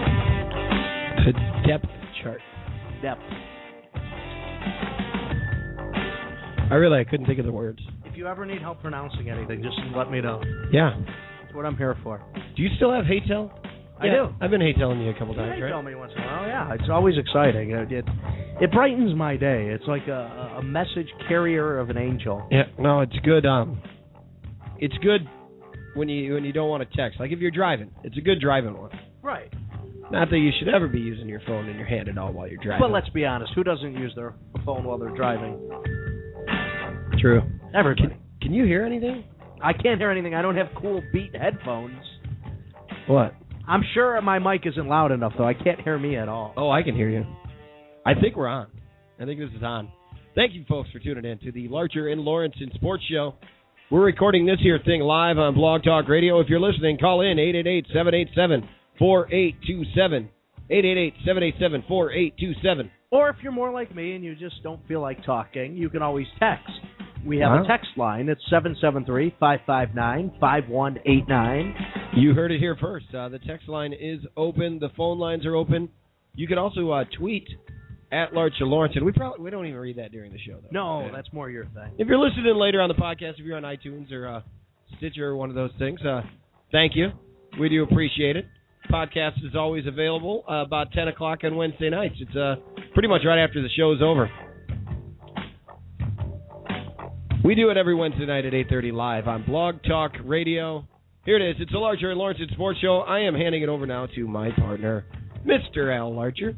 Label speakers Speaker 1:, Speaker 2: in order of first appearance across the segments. Speaker 1: The depth chart.
Speaker 2: depth.
Speaker 1: I really I couldn't think of the words.
Speaker 2: If you ever need help pronouncing anything, just let me know.
Speaker 1: Yeah.
Speaker 2: That's what I'm here for.
Speaker 1: Do you still have Haytel?
Speaker 2: I
Speaker 1: Yeah,
Speaker 2: do.
Speaker 1: I've been Hayteling you a couple
Speaker 2: You
Speaker 1: times,
Speaker 2: may
Speaker 1: right?
Speaker 2: tell me once in a while. Yeah, it's always exciting. It it, it brightens my day. It's like a, a message carrier of an angel.
Speaker 1: Yeah. No, it's good. Um, it's good when you when you don't want to text. Like if you're driving, it's a good driving one.
Speaker 2: Right.
Speaker 1: Not that you should ever be using your phone in your hand at all while you're driving.
Speaker 2: But let's be honest. Who doesn't use their phone while they're driving?
Speaker 1: true.
Speaker 2: Everybody.
Speaker 1: Can you hear anything?
Speaker 2: I can't hear anything. I don't have cool beat headphones.
Speaker 1: What?
Speaker 2: I'm sure my mic isn't loud enough though. I can't hear me at all.
Speaker 1: Oh, I can hear you. I think we're on. I think this is on. Thank you, folks, for tuning in to the Larger in Lawrence and Sports Show. We're recording this here thing live on Blog Talk Radio. If you're listening, call in 888-787-4827. 888-787-4827.
Speaker 2: Or if you're more like me and you just don't feel like talking, you can always text. We have
Speaker 1: Wow.
Speaker 2: a text line. It's 773-559-5189.
Speaker 1: You heard it here first. Uh, the text line is open. The phone lines are open. You can also uh, tweet at Larcher Lawrence. And we probably we don't even read that during the show, though.
Speaker 2: No,
Speaker 1: Yeah.
Speaker 2: that's more your thing.
Speaker 1: If you're listening later on the podcast, if you're on iTunes or uh, Stitcher or one of those things, uh, thank you. We do appreciate it. Podcast is always available uh, about 10 o'clock on Wednesday nights. It's uh, pretty much right after the show is over. We do it every Wednesday night at 8.30 live on Blog Talk Radio. Here it is. It's the Larcher and Lawrence and Sports Show. I am handing it over now to my partner, Mr. Al Larcher.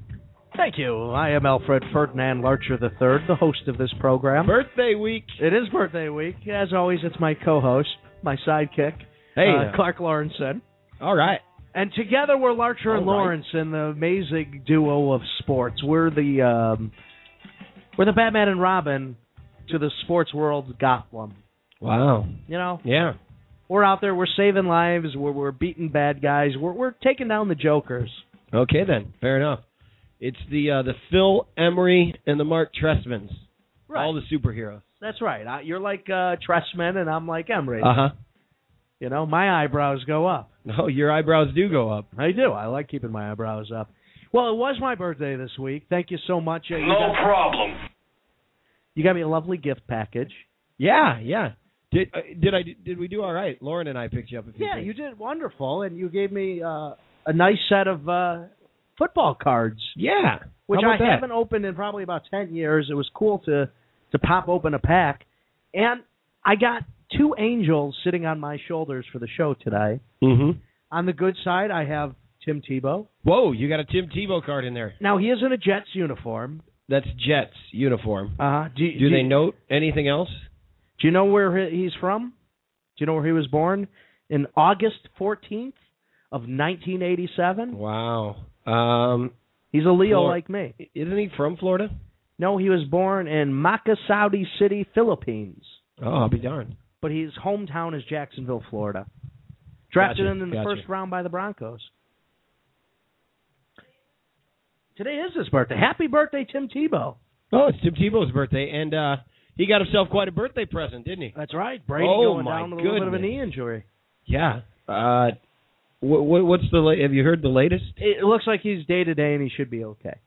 Speaker 2: Thank you. I am Alfred Ferdinand Larcher III, the host of this program.
Speaker 1: Birthday week.
Speaker 2: It is birthday week. As always, it's my co-host, my sidekick,
Speaker 1: Hey.
Speaker 2: uh, Clark Lawrenson.
Speaker 1: all right.
Speaker 2: And together we're Larcher and
Speaker 1: All right.
Speaker 2: Lawrence and the amazing duo of sports. We're the um, we're the Batman and Robin to the sports world Gotham.
Speaker 1: Wow.
Speaker 2: You know,
Speaker 1: Yeah.
Speaker 2: we're out there, we're saving lives, we're we're beating bad guys, we're we're taking down the jokers.
Speaker 1: Okay, then. Fair enough. It's the uh, the Phil Emery and the Mark Trestmans. All the superheroes.
Speaker 2: That's right. I, you're like uh, Tressman, and I'm like Emery.
Speaker 1: Uh
Speaker 2: you know, my eyebrows go up.
Speaker 1: huh. Oh, your eyebrows do go up.
Speaker 2: I do. I like keeping my eyebrows up. Well, it was my birthday this week. Thank you so much. Uh, you got-
Speaker 3: problem.
Speaker 2: You got me a lovely gift package.
Speaker 1: Yeah, yeah. Did uh, did I did we do all right? Lauren and I picked you up. A few
Speaker 2: Yeah,
Speaker 1: things.
Speaker 2: you did wonderful, and you gave me uh, a nice set of uh, football cards,
Speaker 1: Yeah.
Speaker 2: which
Speaker 1: How
Speaker 2: I
Speaker 1: about that?
Speaker 2: haven't opened in probably about ten years. It was cool to to pop open a pack, and I got two angels sitting on my shoulders for the show today.
Speaker 1: Mm-hmm.
Speaker 2: On the good side, I have Tim Tebow.
Speaker 1: Whoa, you got a Tim Tebow card in there.
Speaker 2: Now he is in a Jets uniform.
Speaker 1: That's Jets uniform.
Speaker 2: Uh, do,
Speaker 1: Uh-huh. Do they note anything else?
Speaker 2: Do you know where he- he's from? Do you know where he was born? In August fourteenth of nineteen eighty seven.
Speaker 1: Wow. Um,
Speaker 2: He's a Leo
Speaker 1: Flor-
Speaker 2: like me.
Speaker 1: isn't he from Florida?
Speaker 2: No, he was born in Makassau City, Philippines,
Speaker 1: Oh, I'll be darned.
Speaker 2: but his hometown is Jacksonville, Florida. Drafted
Speaker 1: Gotcha,
Speaker 2: him in the
Speaker 1: gotcha.
Speaker 2: first round by the Broncos. Today is his birthday. Happy birthday, Tim Tebow.
Speaker 1: Oh, it's Tim Tebow's birthday, and uh, he got himself quite a birthday present, didn't he?
Speaker 2: That's right. Brady
Speaker 1: Oh,
Speaker 2: going
Speaker 1: my
Speaker 2: down with a little bit of a
Speaker 1: goodness.
Speaker 2: knee injury.
Speaker 1: Yeah. Uh, what, what, what's the? La- have you heard the latest?
Speaker 2: It looks like he's day to day and he should be okay.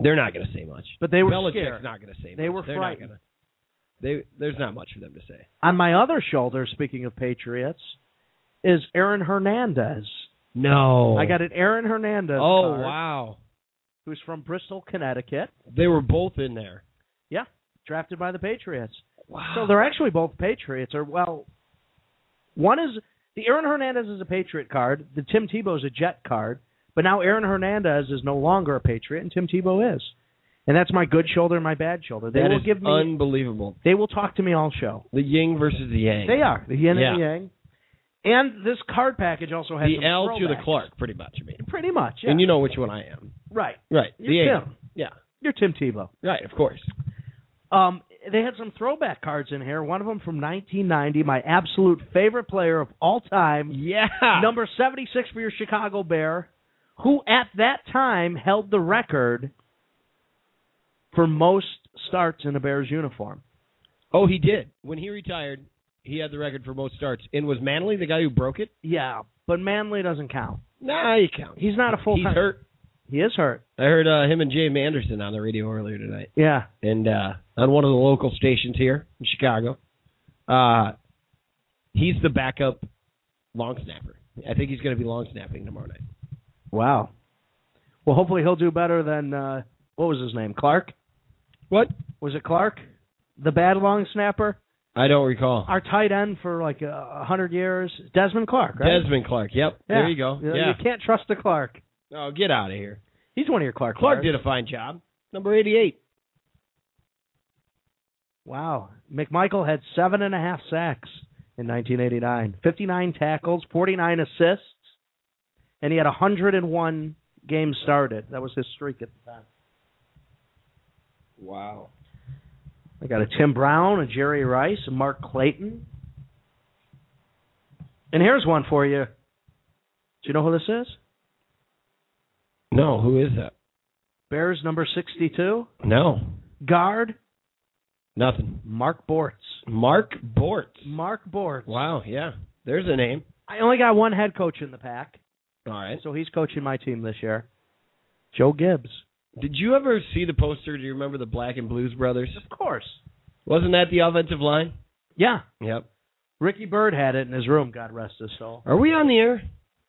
Speaker 1: They're not going to say much.
Speaker 2: But they were
Speaker 1: Belichick's
Speaker 2: scared.
Speaker 1: not going to say.
Speaker 2: They
Speaker 1: much.
Speaker 2: were
Speaker 1: They're not
Speaker 2: frightened.
Speaker 1: gonna- they there's not much for them to say.
Speaker 2: On my other shoulder, speaking of Patriots, is Aaron Hernandez.
Speaker 1: No.
Speaker 2: I got an Aaron Hernandez
Speaker 1: Oh
Speaker 2: card,
Speaker 1: wow.
Speaker 2: who's from Bristol, Connecticut,
Speaker 1: They were both in there.
Speaker 2: drafted by the Patriots.
Speaker 1: Wow.
Speaker 2: So they're actually both Patriots, or well, one is the Aaron Hernandez is a Patriot card, the Tim Tebow's a Jet card, But now Aaron Hernandez is no longer a Patriot, and Tim Tebow is. And that's my good shoulder and my bad shoulder. They
Speaker 1: That
Speaker 2: will
Speaker 1: is
Speaker 2: give me.
Speaker 1: unbelievable.
Speaker 2: they will talk to me all show.
Speaker 1: The yin versus the yang.
Speaker 2: They are the yin
Speaker 1: Yeah.
Speaker 2: and the yang. And this card package also has
Speaker 1: The
Speaker 2: some
Speaker 1: L to the
Speaker 2: throwbacks.
Speaker 1: Clark, pretty much. I mean,
Speaker 2: Pretty much. Yeah.
Speaker 1: and you know which one I am.
Speaker 2: right.
Speaker 1: Right. The
Speaker 2: You're
Speaker 1: A.
Speaker 2: Tim.
Speaker 1: Yeah.
Speaker 2: You're Tim Tebow.
Speaker 1: Right. Of course.
Speaker 2: Um, they had some throwback cards in here. One of them from 1990, my absolute favorite player of all time,
Speaker 1: Yeah.
Speaker 2: number 76 for your Chicago Bear, who at that time held the record for most starts in a Bears uniform.
Speaker 1: Oh, he did. When he retired, he had the record for most starts. And was Manley the guy who broke it?
Speaker 2: Yeah, but Manley doesn't count.
Speaker 1: Nah, he counts.
Speaker 2: He's not a full
Speaker 1: He's
Speaker 2: time.
Speaker 1: hurt.
Speaker 2: He is hurt.
Speaker 1: I heard uh, him and Jay Anderson on the radio earlier tonight,
Speaker 2: Yeah.
Speaker 1: and uh, on one of the local stations here in Chicago. Uh, he's the backup long snapper. I think he's going to be long snapping tomorrow night.
Speaker 2: Wow. Well, hopefully he'll do better than uh, what was his name? Clark.
Speaker 1: What?
Speaker 2: Was it Clark? The bad long snapper,
Speaker 1: I don't recall.
Speaker 2: our tight end for like a hundred years, Desmond Clark, right?
Speaker 1: Desmond Clark. Yep.
Speaker 2: Yeah.
Speaker 1: There you go.
Speaker 2: You, know,
Speaker 1: yeah.
Speaker 2: you can't trust the Clark.
Speaker 1: Oh, get out of here.
Speaker 2: He's one of your Clark.
Speaker 1: Clark
Speaker 2: players.
Speaker 1: did a fine job. Number 88.
Speaker 2: Wow. McMichael had seven and a half sacks in 1989, 59 tackles, 49 assists, and he had 101 games started. That was his streak at the time.
Speaker 1: Wow.
Speaker 2: I got a Tim Brown, a Jerry Rice, a Mark Clayton. And here's one for you. Do you know who this is?
Speaker 1: No, who is that?
Speaker 2: Bears number 62,
Speaker 1: No.
Speaker 2: guard
Speaker 1: Nothing.
Speaker 2: Mark Bortz.
Speaker 1: Mark Bortz.
Speaker 2: Mark Bortz.
Speaker 1: Wow, yeah. There's a name.
Speaker 2: I only got one head coach in the pack,
Speaker 1: All right.
Speaker 2: so he's coaching my team this year. Joe Gibbs.
Speaker 1: Did you ever see the poster? Do you remember the Black and Blues Brothers?
Speaker 2: Of course.
Speaker 1: Wasn't that the offensive line?
Speaker 2: Yeah.
Speaker 1: Yep.
Speaker 2: Ricky Bird had it in his room, God rest his soul.
Speaker 1: Are we on the air?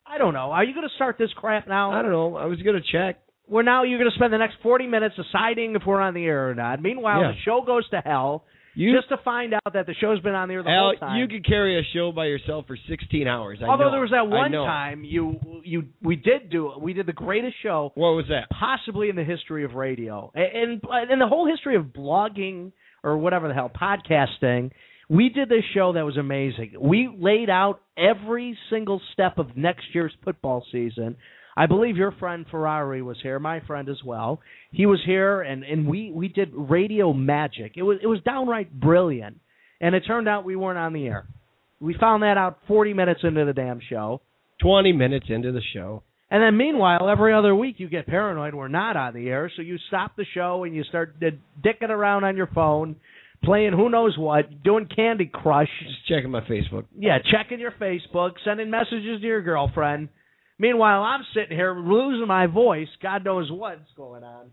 Speaker 2: I don't know. Are you going to start this crap
Speaker 1: I
Speaker 2: now?
Speaker 1: don't know. I was going to check.
Speaker 2: We're now you're going to spend the next 40 minutes deciding if we're on the air or not. Meanwhile,
Speaker 1: Yeah.
Speaker 2: the show goes to hell
Speaker 1: You,
Speaker 2: just to find out that the show's been on the air the
Speaker 1: Al,
Speaker 2: whole time.
Speaker 1: you could carry a show by yourself for 16 hours. I
Speaker 2: Although
Speaker 1: know.
Speaker 2: there was that
Speaker 1: I
Speaker 2: one
Speaker 1: know.
Speaker 2: time you you we did do we did the greatest show
Speaker 1: What was that?
Speaker 2: possibly in the history of radio and and, and the whole history of blogging or whatever the hell podcasting we did this show that was amazing we laid out every single step of next year's football season i believe your friend ferrari was here my friend as well he was here and and we we did radio magic it was it was downright brilliant and it turned out we weren't on the air we found that out 40 minutes into the damn show
Speaker 1: 20 minutes into the show.
Speaker 2: and then, meanwhile, every other week you get paranoid we're not on the air, so you stop the show and you start d- dicking around on your phone, playing who knows what, doing Candy Crush,
Speaker 1: Just checking my Facebook.
Speaker 2: yeah, checking your Facebook, sending messages to your girlfriend. Meanwhile, I'm sitting here losing my voice. God knows what's going on.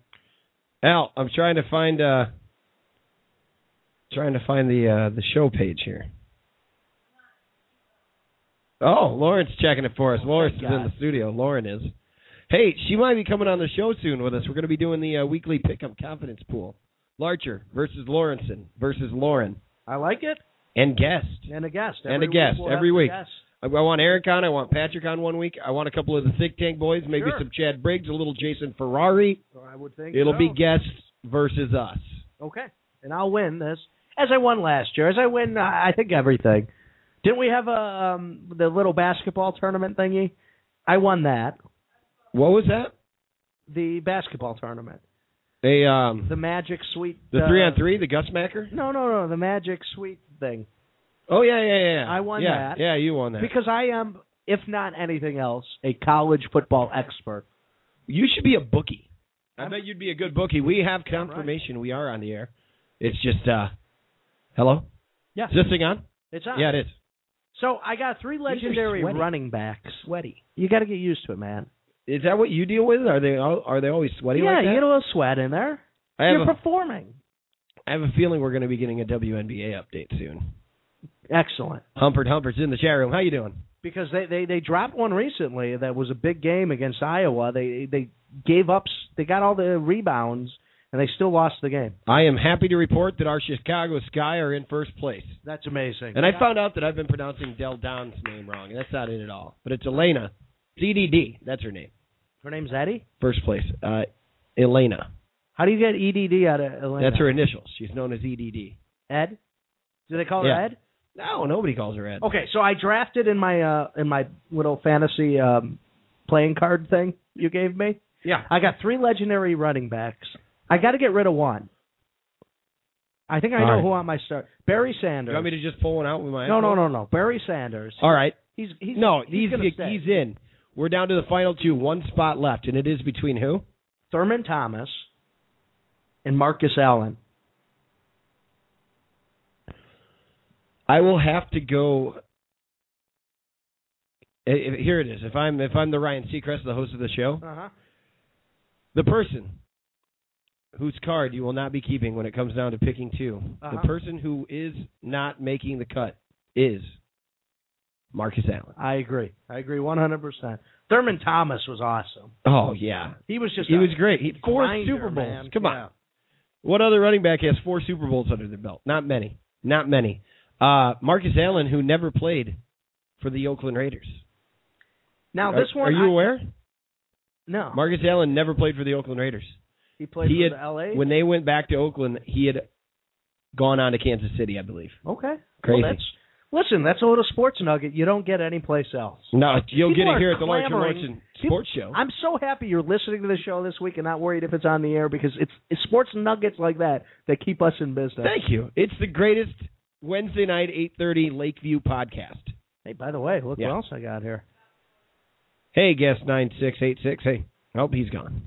Speaker 1: Al, I'm trying to find uh trying to find the uh the show page here. Oh, Lauren's checking it for us. Lawrence is in
Speaker 2: Oh, God.
Speaker 1: the studio. Lauren is. Hey, she might be coming on the show soon with us. We're going to be doing the uh, weekly pickup confidence pool. Larcher versus Lawrenson versus Lauren
Speaker 2: I like it.
Speaker 1: and guest.
Speaker 2: And a guest.
Speaker 1: And
Speaker 2: Every
Speaker 1: a guest,
Speaker 2: we'll have
Speaker 1: every
Speaker 2: a
Speaker 1: week.
Speaker 2: guest.
Speaker 1: I, I want Eric on. I want Patrick on one week. I want a couple of the Thick Tank boys. Maybe
Speaker 2: Sure.
Speaker 1: some Chad Briggs, a little Jason Ferrari.
Speaker 2: So I would think
Speaker 1: It'll
Speaker 2: so.
Speaker 1: be guests versus us.
Speaker 2: Okay. And I'll win this as I won last year. As I win, uh, I think everything. Didn't we have a um, the little basketball tournament thingy? I won that.
Speaker 1: What was that?
Speaker 2: The basketball tournament,
Speaker 1: They um
Speaker 2: the Magic Sweet.
Speaker 1: the
Speaker 2: uh,
Speaker 1: three on three, the Gussmacker.
Speaker 2: No, no, no, the Magic Sweet thing.
Speaker 1: Oh yeah, yeah, yeah, yeah.
Speaker 2: I won
Speaker 1: yeah,
Speaker 2: that.
Speaker 1: Yeah, you won that.
Speaker 2: Because I am, if not anything else, a college football expert.
Speaker 1: you should be a bookie. I
Speaker 2: I'm-
Speaker 1: bet you'd be a good bookie. We have confirmation we are on the air. It's just uh hello.
Speaker 2: Yeah.
Speaker 1: Is this thing on?
Speaker 2: It's on.
Speaker 1: Yeah, it is.
Speaker 2: So I got three
Speaker 1: are
Speaker 2: legendary
Speaker 1: sweaty.
Speaker 2: running backs. Sweaty. You got to get used to it, man.
Speaker 1: Is that what you deal with? Are they all, are they always sweaty
Speaker 2: yeah,
Speaker 1: like that?
Speaker 2: you get a little sweat in there.
Speaker 1: I have
Speaker 2: You're
Speaker 1: a,
Speaker 2: performing.
Speaker 1: I have a feeling we're going to be getting a WNBA update soon.
Speaker 2: Excellent.
Speaker 1: Humpert Humpert's in the chat room. How you doing?
Speaker 2: because they, they they dropped one recently that was a big game against Iowa. They they gave up s- they got all the rebounds and they still lost the game.
Speaker 1: I am happy to report that our Chicago Sky are in first place.
Speaker 2: That's amazing.
Speaker 1: And I found out that I've been pronouncing Del Don's name wrong. and That's not it at all. But it's Elena. DDD. That's her name.
Speaker 2: Her name's Eddie.
Speaker 1: First place, uh, Elena.
Speaker 2: How do you get EDD out of Elena?
Speaker 1: That's her initials. She's known as E EDD.
Speaker 2: Ed. Do they call
Speaker 1: Yeah.
Speaker 2: her Ed?
Speaker 1: No, nobody calls her Ed.
Speaker 2: Okay, so I drafted in my uh in my little fantasy um playing card thing you gave me.
Speaker 1: Yeah.
Speaker 2: I got three legendary running backs. I got to get rid of one. I think I
Speaker 1: All
Speaker 2: know
Speaker 1: right.
Speaker 2: who I might start. Barry
Speaker 1: Do
Speaker 2: Sanders.
Speaker 1: you want me to just pull one out with my?
Speaker 2: no, no,
Speaker 1: iPhone?
Speaker 2: no, no. Barry Sanders.
Speaker 1: All right.
Speaker 2: He's he's
Speaker 1: no,
Speaker 2: he's,
Speaker 1: he's
Speaker 2: gonna stay.
Speaker 1: he's in. We're down to the final two. One spot left, and it is between who?
Speaker 2: Thurman Thomas and Marcus Allen.
Speaker 1: I will have to go. eh, eh, Here it is. If I'm if I'm the Ryan Seacrest, the host of the show,
Speaker 2: Uh-huh.
Speaker 1: the person whose card you will not be keeping when it comes down to picking 2
Speaker 2: Uh-huh.
Speaker 1: the person who is not making the cut is Marcus Allen.
Speaker 2: I agree. I agree 100%. Thurman Thomas was awesome.
Speaker 1: Oh yeah,
Speaker 2: He was just
Speaker 1: he
Speaker 2: a
Speaker 1: was great. He four
Speaker 2: grinder,
Speaker 1: Super Bowls.
Speaker 2: man.
Speaker 1: Come on.
Speaker 2: Yeah.
Speaker 1: What other running back has four Super Bowls under their belt? Not many. Not many. Uh, Marcus Allen, who never played for the Oakland Raiders.
Speaker 2: Now
Speaker 1: Are-
Speaker 2: this one
Speaker 1: Are you
Speaker 2: I-
Speaker 1: aware?
Speaker 2: No.
Speaker 1: Marcus Allen never played for the Oakland Raiders.
Speaker 2: he played
Speaker 1: he
Speaker 2: for
Speaker 1: had-
Speaker 2: the LA.
Speaker 1: When they went back to Oakland, he had gone on to Kansas City, I believe.
Speaker 2: Okay.
Speaker 1: Crazy.
Speaker 2: Well, that's, listen, that's a little sports nugget you don't get anyplace else.
Speaker 1: No, you'll
Speaker 2: People
Speaker 1: get
Speaker 2: are
Speaker 1: it here at the Larcher
Speaker 2: clamoring.
Speaker 1: Larson
Speaker 2: People-
Speaker 1: Sports Show.
Speaker 2: I'm so happy you're listening to the show this week and not worried if it's on the air because it's, it's sports nuggets like that that keep us in business.
Speaker 1: Thank you. It's the greatest Wednesday night 8:30 Lakeview podcast.
Speaker 2: Hey, by the way, look
Speaker 1: Yeah.
Speaker 2: what else I got here.
Speaker 1: Hey, guest 9686. Hey, oh, he's gone.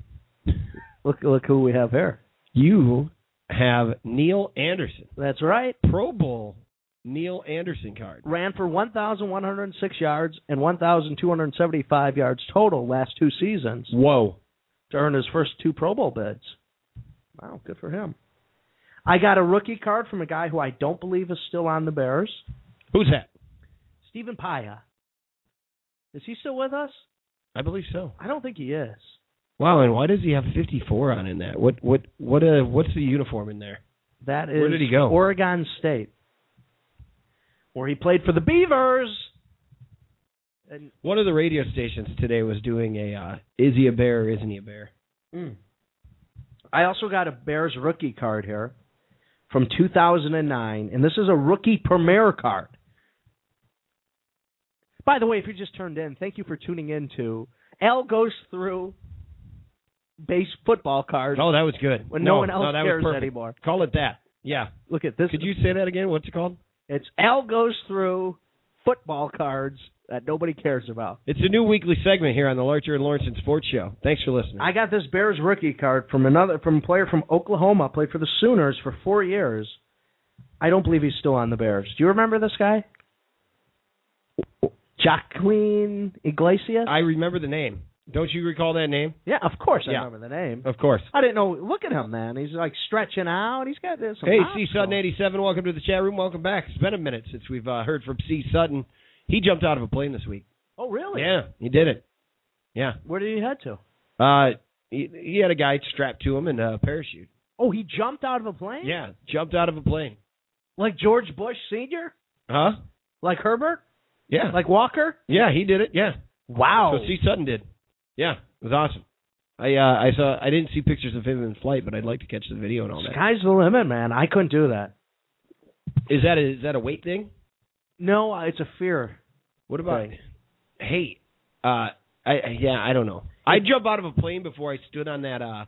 Speaker 2: Look look who we have here.
Speaker 1: You have Neil Anderson,
Speaker 2: That's right.
Speaker 1: Pro Bowl Neil Anderson card.
Speaker 2: Ran for 1,106 yards and 1,275 yards total last two seasons.
Speaker 1: Whoa.
Speaker 2: to earn his first two Pro Bowl bids. Wow, good for him. I got a rookie card from a guy who I don't believe is still on the Bears,
Speaker 1: Who's that?
Speaker 2: Stephen Paya. Is he still with us?
Speaker 1: I believe so.
Speaker 2: I don't think he is.
Speaker 1: Wow, and why does he have 54 on in that? What what what uh what's the uniform in there?
Speaker 2: That is
Speaker 1: Where did he go?
Speaker 2: Oregon State, where he played for the Beavers. And
Speaker 1: One of the radio stations today was doing a uh, is he a bear or isn't he a bear?
Speaker 2: Hmm. I also got a Bears rookie card here from 2009, and this is a rookie premier card. By the way, if you just turned in, thank you for tuning in to Al goes through base football cards
Speaker 1: Oh, that was good.
Speaker 2: when
Speaker 1: no,
Speaker 2: no, one else
Speaker 1: no, that
Speaker 2: cares
Speaker 1: was perfect.
Speaker 2: anymore.
Speaker 1: Call it that. Yeah.
Speaker 2: Look at this.
Speaker 1: Could you say that again? What's it called?
Speaker 2: It's Al goes through football cards that nobody cares about.
Speaker 1: It's a new weekly segment here on the Larcher and Lawrence Sports Show. Thanks for listening.
Speaker 2: I got this Bears rookie card from another from a player from Oklahoma, played for the Sooners for four years. I don't believe he's still on the Bears. Do you remember this guy? Jacqueline Iglesias?
Speaker 1: I remember the name. Don't you recall that name?
Speaker 2: yeah, of course I
Speaker 1: Yeah.
Speaker 2: remember the name.
Speaker 1: Of course.
Speaker 2: I didn't know. Look at him, man. He's like stretching out. He's got this.
Speaker 1: Hey, C Sutton eighty seven. Welcome to the chat room. Welcome back. It's been a minute since we've uh, heard from C Sutton. He jumped out of a plane this week.
Speaker 2: Oh, really?
Speaker 1: Yeah, he did it. Yeah.
Speaker 2: Where did he head to?
Speaker 1: Uh, he, he had a guy strapped to him in a parachute.
Speaker 2: Oh, he jumped out of a plane?
Speaker 1: Yeah, jumped out of a plane.
Speaker 2: Like George Bush Sr.?
Speaker 1: Huh?
Speaker 2: Like Herbert?
Speaker 1: Yeah.
Speaker 2: Like Walker?
Speaker 1: yeah, he did it. Yeah.
Speaker 2: Wow.
Speaker 1: So C Sutton did. Yeah, it was awesome. I uh, I saw I didn't see pictures of him in flight, but I'd like to catch the video and all that.
Speaker 2: Sky's the limit, man. I couldn't do that.
Speaker 1: Is that a, is that a weight thing?
Speaker 2: No, it's a fear.
Speaker 1: What about
Speaker 2: Thing.
Speaker 1: hey? Uh, I- I yeah, I don't know. I jump out of a plane before I stood on that uh,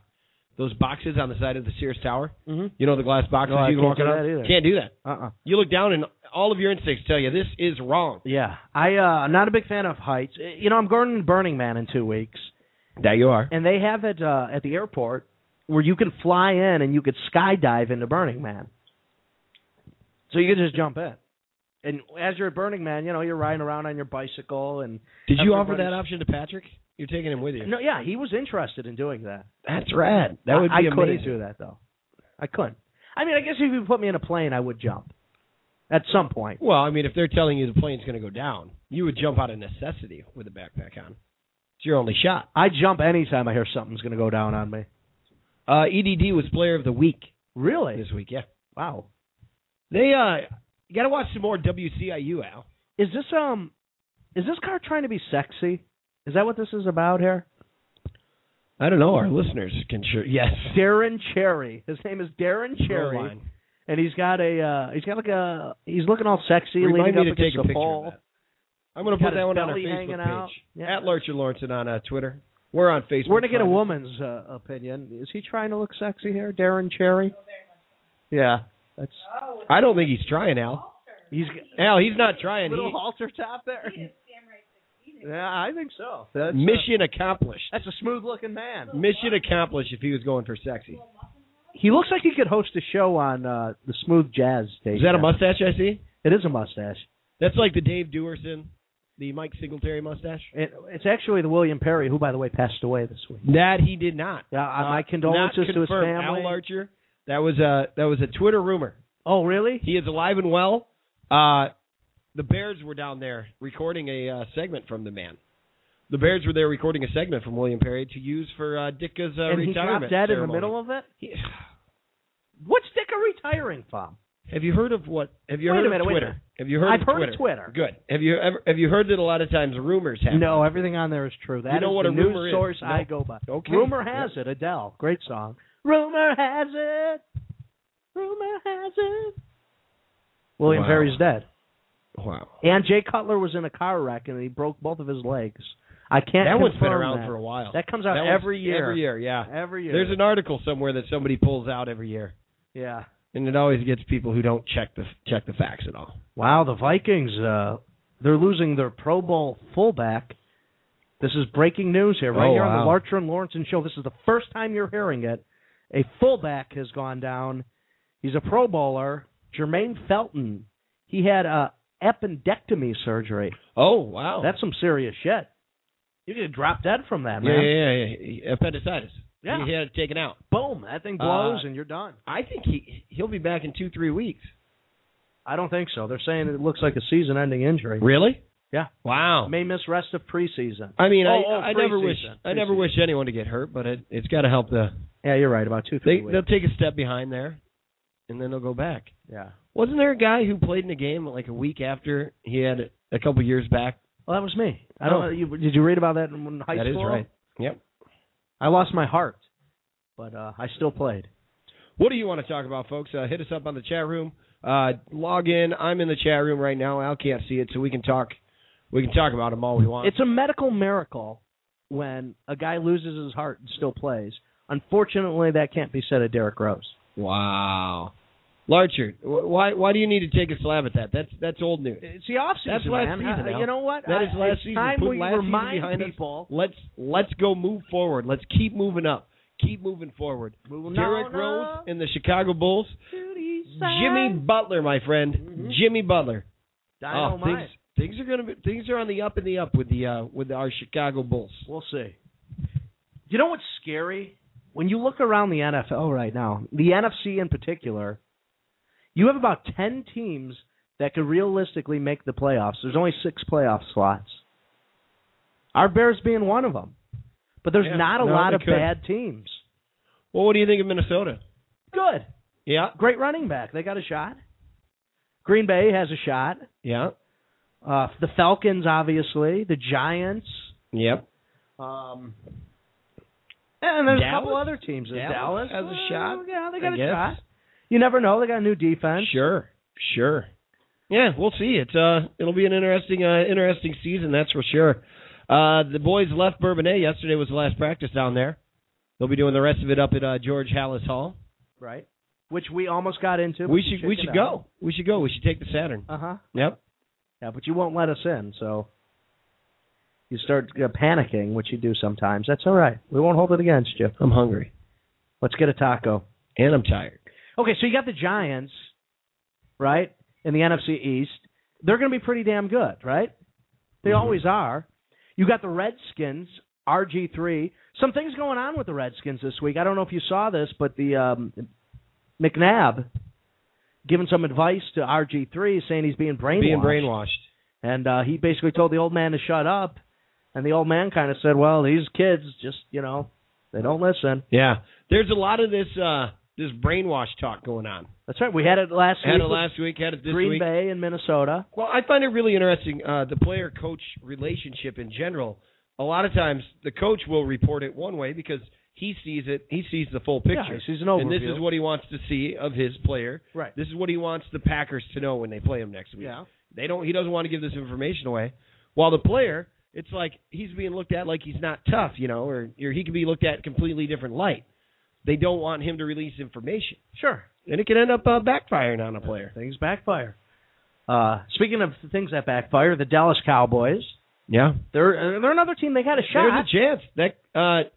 Speaker 1: those boxes on the side of the Sears Tower.
Speaker 2: Mm-hmm.
Speaker 1: You know the glass boxes
Speaker 2: No, I
Speaker 1: you can
Speaker 2: can't
Speaker 1: walk
Speaker 2: do
Speaker 1: on.
Speaker 2: that either.
Speaker 1: Can't do that.
Speaker 2: Uh-uh.
Speaker 1: You look down and all of your instincts tell you this is wrong.
Speaker 2: Yeah, I uh, I'm not a big fan of heights. Uh, You know, I'm going to Burning Man in two weeks,
Speaker 1: That you are.
Speaker 2: and they have it uh, at the airport where you can fly in and you could skydive into Burning Man. So you can just jump in, and as you're at Burning Man, you know you're riding around on your bicycle, and
Speaker 1: Did you offer
Speaker 2: Everybody's-
Speaker 1: that option to Patrick? You're taking him with you.
Speaker 2: no, yeah, he was interested in doing that.
Speaker 1: That's rad. That would be
Speaker 2: I, I couldn't
Speaker 1: amazing.
Speaker 2: do that though. I couldn't. I mean, I guess if you put me in a plane, I would jump at some point.
Speaker 1: Well, I mean, if they're telling you the plane's going to go down, you would jump out of necessity with a backpack on. It's your only shot.
Speaker 2: I jump anytime I hear something's going to go down on me.
Speaker 1: Uh, EDD was player of the week
Speaker 2: Really?
Speaker 1: this week. Yeah.
Speaker 2: Wow.
Speaker 1: They uh you gotta watch some more WCIU Al.
Speaker 2: is this um is this car trying to be sexy? Is that what this is about here?
Speaker 1: I don't know. Our listeners can sure. Yes.
Speaker 2: Darren Cherry. His name is Darren
Speaker 1: Oh,
Speaker 2: Cherry,
Speaker 1: Line.
Speaker 2: and he's got a uh, he's got like a he's looking all sexy,
Speaker 1: Remind
Speaker 2: leaning
Speaker 1: me
Speaker 2: up
Speaker 1: to take
Speaker 2: against
Speaker 1: a
Speaker 2: the
Speaker 1: picture
Speaker 2: pole.
Speaker 1: of that. I'm going to
Speaker 2: Got
Speaker 1: put that
Speaker 2: his
Speaker 1: one on our
Speaker 2: belly hanging
Speaker 1: Facebook
Speaker 2: out.
Speaker 1: page.
Speaker 2: Yeah.
Speaker 1: At Lurcher Lawrenson on uh, Twitter. We're on Facebook.
Speaker 2: We're gonna get a
Speaker 1: Find us.
Speaker 2: woman's uh, opinion. Is he trying to look sexy here, Darren Cherry? Yeah, that's
Speaker 1: I don't think he's trying, Al.
Speaker 2: he's got
Speaker 1: Al, he's not trying.
Speaker 2: little
Speaker 1: He,
Speaker 2: halter top there. Yeah, I think so. That's A,
Speaker 1: mission accomplished.
Speaker 2: that's a smooth looking man.
Speaker 1: Mission accomplished. If he was going for sexy,
Speaker 2: He looks like he could host a show on uh, the Smooth Jazz station.
Speaker 1: is that a mustache I see?
Speaker 2: It is a mustache.
Speaker 1: That's like the Dave Dewerson, the Mike Singletary mustache.
Speaker 2: It, it's actually the William Perry, who by the way passed away this week.
Speaker 1: That he did not.
Speaker 2: Yeah, uh, my
Speaker 1: Uh,
Speaker 2: condolences
Speaker 1: not
Speaker 2: to his
Speaker 1: confirmed.
Speaker 2: family.
Speaker 1: Al Archer. That was a that was a Twitter rumor.
Speaker 2: oh, really?
Speaker 1: He is alive and well. Uh, the Bears were down there recording a uh, segment from the man. The Bears were there recording a segment from William Perry to use for uh, Dicka's uh,
Speaker 2: and he dropped
Speaker 1: retirement.
Speaker 2: dead in the
Speaker 1: ceremony.
Speaker 2: middle of it.
Speaker 1: He-
Speaker 2: What's Dicka retiring from?
Speaker 1: have you heard of what? Have you
Speaker 2: Wait a
Speaker 1: heard
Speaker 2: minute,
Speaker 1: of
Speaker 2: wait a
Speaker 1: Twitter?
Speaker 2: minute.
Speaker 1: Have you heard?
Speaker 2: I've
Speaker 1: of
Speaker 2: heard
Speaker 1: Twitter?
Speaker 2: of Twitter.
Speaker 1: Good. Have you ever? Have you heard that a lot of times rumors happen?
Speaker 2: No, everything on there is true. That
Speaker 1: You
Speaker 2: is
Speaker 1: know what
Speaker 2: the
Speaker 1: a
Speaker 2: news
Speaker 1: rumor is.
Speaker 2: source
Speaker 1: No.
Speaker 2: I go by.
Speaker 1: Okay.
Speaker 2: Rumor has it, Adele. Great song. Rumor has it. Rumor has it. William
Speaker 1: Wow.
Speaker 2: Perry's dead.
Speaker 1: Wow.
Speaker 2: And Jay Cutler was in a car wreck and he broke both of his legs. I can't
Speaker 1: That one's been
Speaker 2: confirm
Speaker 1: around
Speaker 2: that.
Speaker 1: for a while.
Speaker 2: That comes out
Speaker 1: That one's-
Speaker 2: every year.
Speaker 1: Every year, yeah.
Speaker 2: Every year.
Speaker 1: There's an article somewhere that somebody pulls out every year,
Speaker 2: yeah.
Speaker 1: and it always gets people who don't check the check the facts at all.
Speaker 2: Wow, the Vikings uh they're losing their Pro Bowl fullback. This is breaking news here, right
Speaker 1: Oh,
Speaker 2: here on the
Speaker 1: wow.
Speaker 2: Larcher and Lawrence show. This is the first time you're hearing it. A fullback has gone down. He's a Pro Bowler, Jermaine Felton. He had a appendectomy surgery.
Speaker 1: Oh wow,
Speaker 2: That's some serious shit. You could drop dead from that,
Speaker 1: yeah,
Speaker 2: man.
Speaker 1: yeah, yeah, yeah. appendicitis.
Speaker 2: Yeah.
Speaker 1: he had it taken out.
Speaker 2: Boom, that thing blows
Speaker 1: Uh,
Speaker 2: and you're done.
Speaker 1: I think he he'll be back in two three weeks.
Speaker 2: I don't think so. They're saying it looks like a season-ending injury.
Speaker 1: Really?
Speaker 2: Yeah.
Speaker 1: Wow.
Speaker 2: May miss rest of preseason.
Speaker 1: I mean, I,
Speaker 2: Oh, oh,
Speaker 1: I never wish
Speaker 2: preseason.
Speaker 1: I never
Speaker 2: Preseason.
Speaker 1: wish anyone to get hurt, but it it's got to help the
Speaker 2: Yeah, you're right. About two, three
Speaker 1: they
Speaker 2: weeks.
Speaker 1: they'll take a step behind there, and then they'll go back.
Speaker 2: Yeah.
Speaker 1: Wasn't there a guy who played in a game like a week after he had it a couple years back?
Speaker 2: Well, that was me. I
Speaker 1: Oh.
Speaker 2: don't. You, did you read about that in high
Speaker 1: That is
Speaker 2: school?
Speaker 1: right. Yep.
Speaker 2: I lost my heart, but uh, I still played.
Speaker 1: What do you want to talk about, folks? Uh, hit us up on the chat room. Uh, log in. I'm in the chat room right now. Al can't see it, so we can talk. We can talk about them all we want.
Speaker 2: It's a medical miracle when a guy loses his heart and still plays. Unfortunately, that can't be said of Derrick Rose.
Speaker 1: wow, Larcher. wh- Why why do you need to take a slab at that? That's that's old news.
Speaker 2: It's the off
Speaker 1: That's
Speaker 2: season,
Speaker 1: last
Speaker 2: man.
Speaker 1: season,
Speaker 2: I-
Speaker 1: Al.
Speaker 2: you know what?
Speaker 1: That is
Speaker 2: I-
Speaker 1: last
Speaker 2: Uh, it's
Speaker 1: season.
Speaker 2: Time
Speaker 1: Put
Speaker 2: we
Speaker 1: last season
Speaker 2: remind
Speaker 1: behind us.
Speaker 2: people.
Speaker 1: Let's let's go move forward. Let's keep moving up. Keep moving forward.
Speaker 2: Moving
Speaker 1: Derrick
Speaker 2: on
Speaker 1: Rose
Speaker 2: up
Speaker 1: and the Chicago Bulls.
Speaker 2: to the east
Speaker 1: Jimmy
Speaker 2: side.
Speaker 1: Butler, my friend.
Speaker 2: Mhm.
Speaker 1: Jimmy Butler.
Speaker 2: Dynamite.
Speaker 1: Oh, things, things are gonna be, things are on the up and the up with the uh, with our Chicago Bulls.
Speaker 2: We'll see. You know what's scary? When you look around the NFL right now, the NFC in particular, you have about 10 teams that could realistically make the playoffs. There's only six playoff slots. Our Bears being one of them. But there's
Speaker 1: Yeah,
Speaker 2: not a
Speaker 1: no,
Speaker 2: lot
Speaker 1: they
Speaker 2: of
Speaker 1: could.
Speaker 2: bad teams.
Speaker 1: Well, what do you think of Minnesota?
Speaker 2: Good.
Speaker 1: Yeah,
Speaker 2: Great running back. They got a shot. Green Bay has a shot.
Speaker 1: yeah,
Speaker 2: Uh, the Falcons, obviously. The Giants.
Speaker 1: yep.
Speaker 2: Um, and there's a couple
Speaker 1: Dallas?
Speaker 2: other teams. in
Speaker 1: Dallas
Speaker 2: Dallas
Speaker 1: has a shot,
Speaker 2: Uh, Yeah, they
Speaker 1: I
Speaker 2: got a
Speaker 1: guess.
Speaker 2: shot. You never know. They got a new defense.
Speaker 1: Sure, sure. Yeah, we'll see. It's uh, it'll be an interesting uh, interesting season, that's for sure. Uh, the boys left Bourbonnais yesterday was the last practice down there. They'll be doing the rest of it up at uh, George Hallis Hall.
Speaker 2: Right. Which we almost got into.
Speaker 1: We should we should go. We should go. We should take the Saturn.
Speaker 2: Uh huh.
Speaker 1: Yep.
Speaker 2: Yeah, but you won't let us in, so you start uh, panicking, which you do sometimes. That's all right. We won't hold it against you.
Speaker 1: I'm hungry
Speaker 2: Let's get a taco.
Speaker 1: and I'm tired.
Speaker 2: Okay, so you got the Giants, right, in the NFC East. They're going to be pretty damn good, right? They
Speaker 1: Mhm.
Speaker 2: always are. You got the Redskins, RG3. Some things going on with the Redskins this week. I don't know if you saw this, but the um, McNabb giving some advice to RG3, saying he's being brainwashed.
Speaker 1: Being brainwashed.
Speaker 2: And uh, he basically told the old man to shut up. And the old man kind of said, well, these kids just, you know, they don't listen.
Speaker 1: Yeah, there's a lot of this uh, this brainwash talk going on.
Speaker 2: That's right. We had it last
Speaker 1: Had
Speaker 2: week
Speaker 1: it
Speaker 2: with
Speaker 1: last week. Had it this
Speaker 2: Green
Speaker 1: week.
Speaker 2: Bay and Minnesota.
Speaker 1: Well, I find it really interesting uh, the player coach relationship in general. A lot of times, the coach will report it one way because He sees it. He sees the full picture.
Speaker 2: Yeah, he's an
Speaker 1: and this
Speaker 2: overview.
Speaker 1: is what he wants to see of his player.
Speaker 2: Right.
Speaker 1: This is what he wants the Packers to know when they play him next week.
Speaker 2: Yeah.
Speaker 1: They don't. He doesn't want to give this information away. While the player, it's like he's being looked at like he's not tough, you know, or, or he could be looked at in completely different light. They don't want him to release information,
Speaker 2: Sure.
Speaker 1: and it can end up uh, backfiring on a player.
Speaker 2: Things backfire. Uh, speaking of things that backfire, the Dallas Cowboys.
Speaker 1: Yeah.
Speaker 2: They're they're another team. They got a shot.
Speaker 1: There's a chance that uh,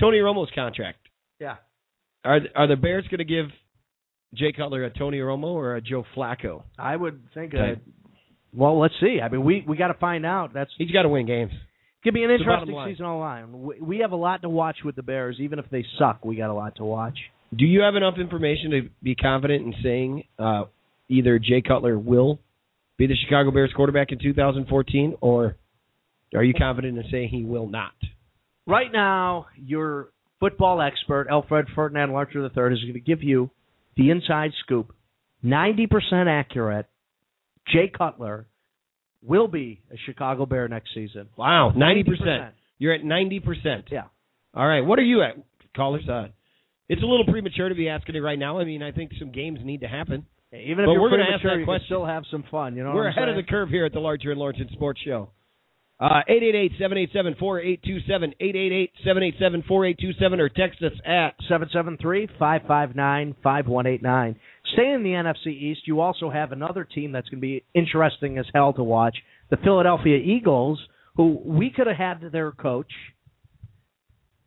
Speaker 1: Tony Romo's contract.
Speaker 2: yeah.
Speaker 1: Are are the Bears going to give Jay Cutler a Tony Romo or a Joe Flacco?
Speaker 2: I would think.
Speaker 1: Okay.
Speaker 2: Uh, well, let's see. I mean, we we got to find out. That's
Speaker 1: He's got to win games.
Speaker 2: could be an
Speaker 1: It's the bottom
Speaker 2: interesting
Speaker 1: line.
Speaker 2: season all line. We, we have a lot to watch with the Bears, even if they suck. We got a lot to watch.
Speaker 1: Do you have enough information to be confident in saying uh, either Jay Cutler will be the Chicago Bears quarterback in 2014, or are you confident in saying he will not?
Speaker 2: Right now, your football expert Alfred Ferdinand Larcher III is going to give you the inside scoop. Ninety percent accurate. Jay Cutler will be a Chicago Bear next season.
Speaker 1: Wow, 90%. You're at 90%.
Speaker 2: Yeah.
Speaker 1: All right, what are you at, callers? Uh, it's a little premature to be asking it right now. I mean, I think some games need to happen.
Speaker 2: Even if
Speaker 1: But
Speaker 2: you're
Speaker 1: we're gonna
Speaker 2: premature,
Speaker 1: ask that
Speaker 2: you
Speaker 1: question.
Speaker 2: can still have some fun. You know,
Speaker 1: We're ahead of the curve here at the Larger and Lawrence Sports Show. Uh, 888-787-4827, 888-787-4827, or text us at
Speaker 2: seven seven three five five nine five one eight nine. Stay in the NFC East. You also have another team that's going to be interesting as hell to watch: the Philadelphia Eagles, who we could have had their coach,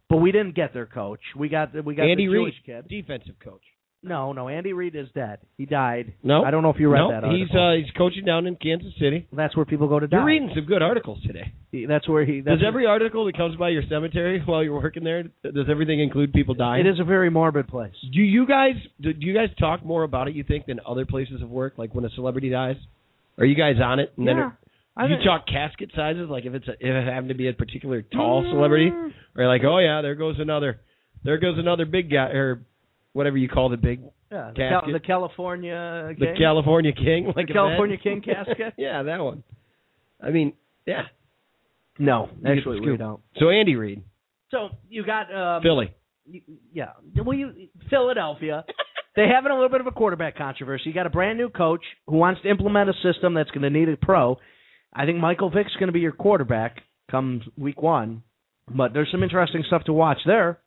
Speaker 2: but we didn't get their coach. We got we got
Speaker 1: Andy
Speaker 2: the
Speaker 1: Reid,
Speaker 2: Jewish kid.
Speaker 1: defensive coach.
Speaker 2: No, no, Andy Reid is dead. He died.
Speaker 1: No,
Speaker 2: I don't know if you read
Speaker 1: no,
Speaker 2: that.
Speaker 1: He's
Speaker 2: article.
Speaker 1: uh, he's coaching down in Kansas City.
Speaker 2: that's where people go to die.
Speaker 1: You're reading some good articles today.
Speaker 2: That's where he. That's
Speaker 1: does every article that comes by your cemetery while you're working there does everything include people dying?
Speaker 2: It is a very morbid place.
Speaker 1: Do you guys do do you guys talk more about it? You think than other places of work? Like when a celebrity dies, are you guys on it? And then
Speaker 2: Yeah. I
Speaker 1: Do you
Speaker 2: don't-
Speaker 1: chalk casket sizes? Like if it's a, if it happened to be a particular tall
Speaker 2: Mm.
Speaker 1: celebrity, or like oh yeah, there goes another, there goes another big guy or whatever you call the big
Speaker 2: Yeah, the,
Speaker 1: Casket.
Speaker 2: Cal- the California.
Speaker 1: the
Speaker 2: gang.
Speaker 1: California King, like
Speaker 2: The
Speaker 1: a
Speaker 2: California
Speaker 1: man.
Speaker 2: King casket?
Speaker 1: yeah, that one. I mean, yeah.
Speaker 2: No,
Speaker 1: get
Speaker 2: actually
Speaker 1: the
Speaker 2: we
Speaker 1: scoop.
Speaker 2: don't.
Speaker 1: So Andy Reid,
Speaker 2: So you got um,
Speaker 1: Philly.
Speaker 2: y- yeah. Well, you Philadelphia. they having a little bit of a quarterback controversy. You got a brand new coach who wants to implement a system that's going to need a pro. I think Michael Vick's going to be your quarterback come week one. But there's some interesting stuff to watch there.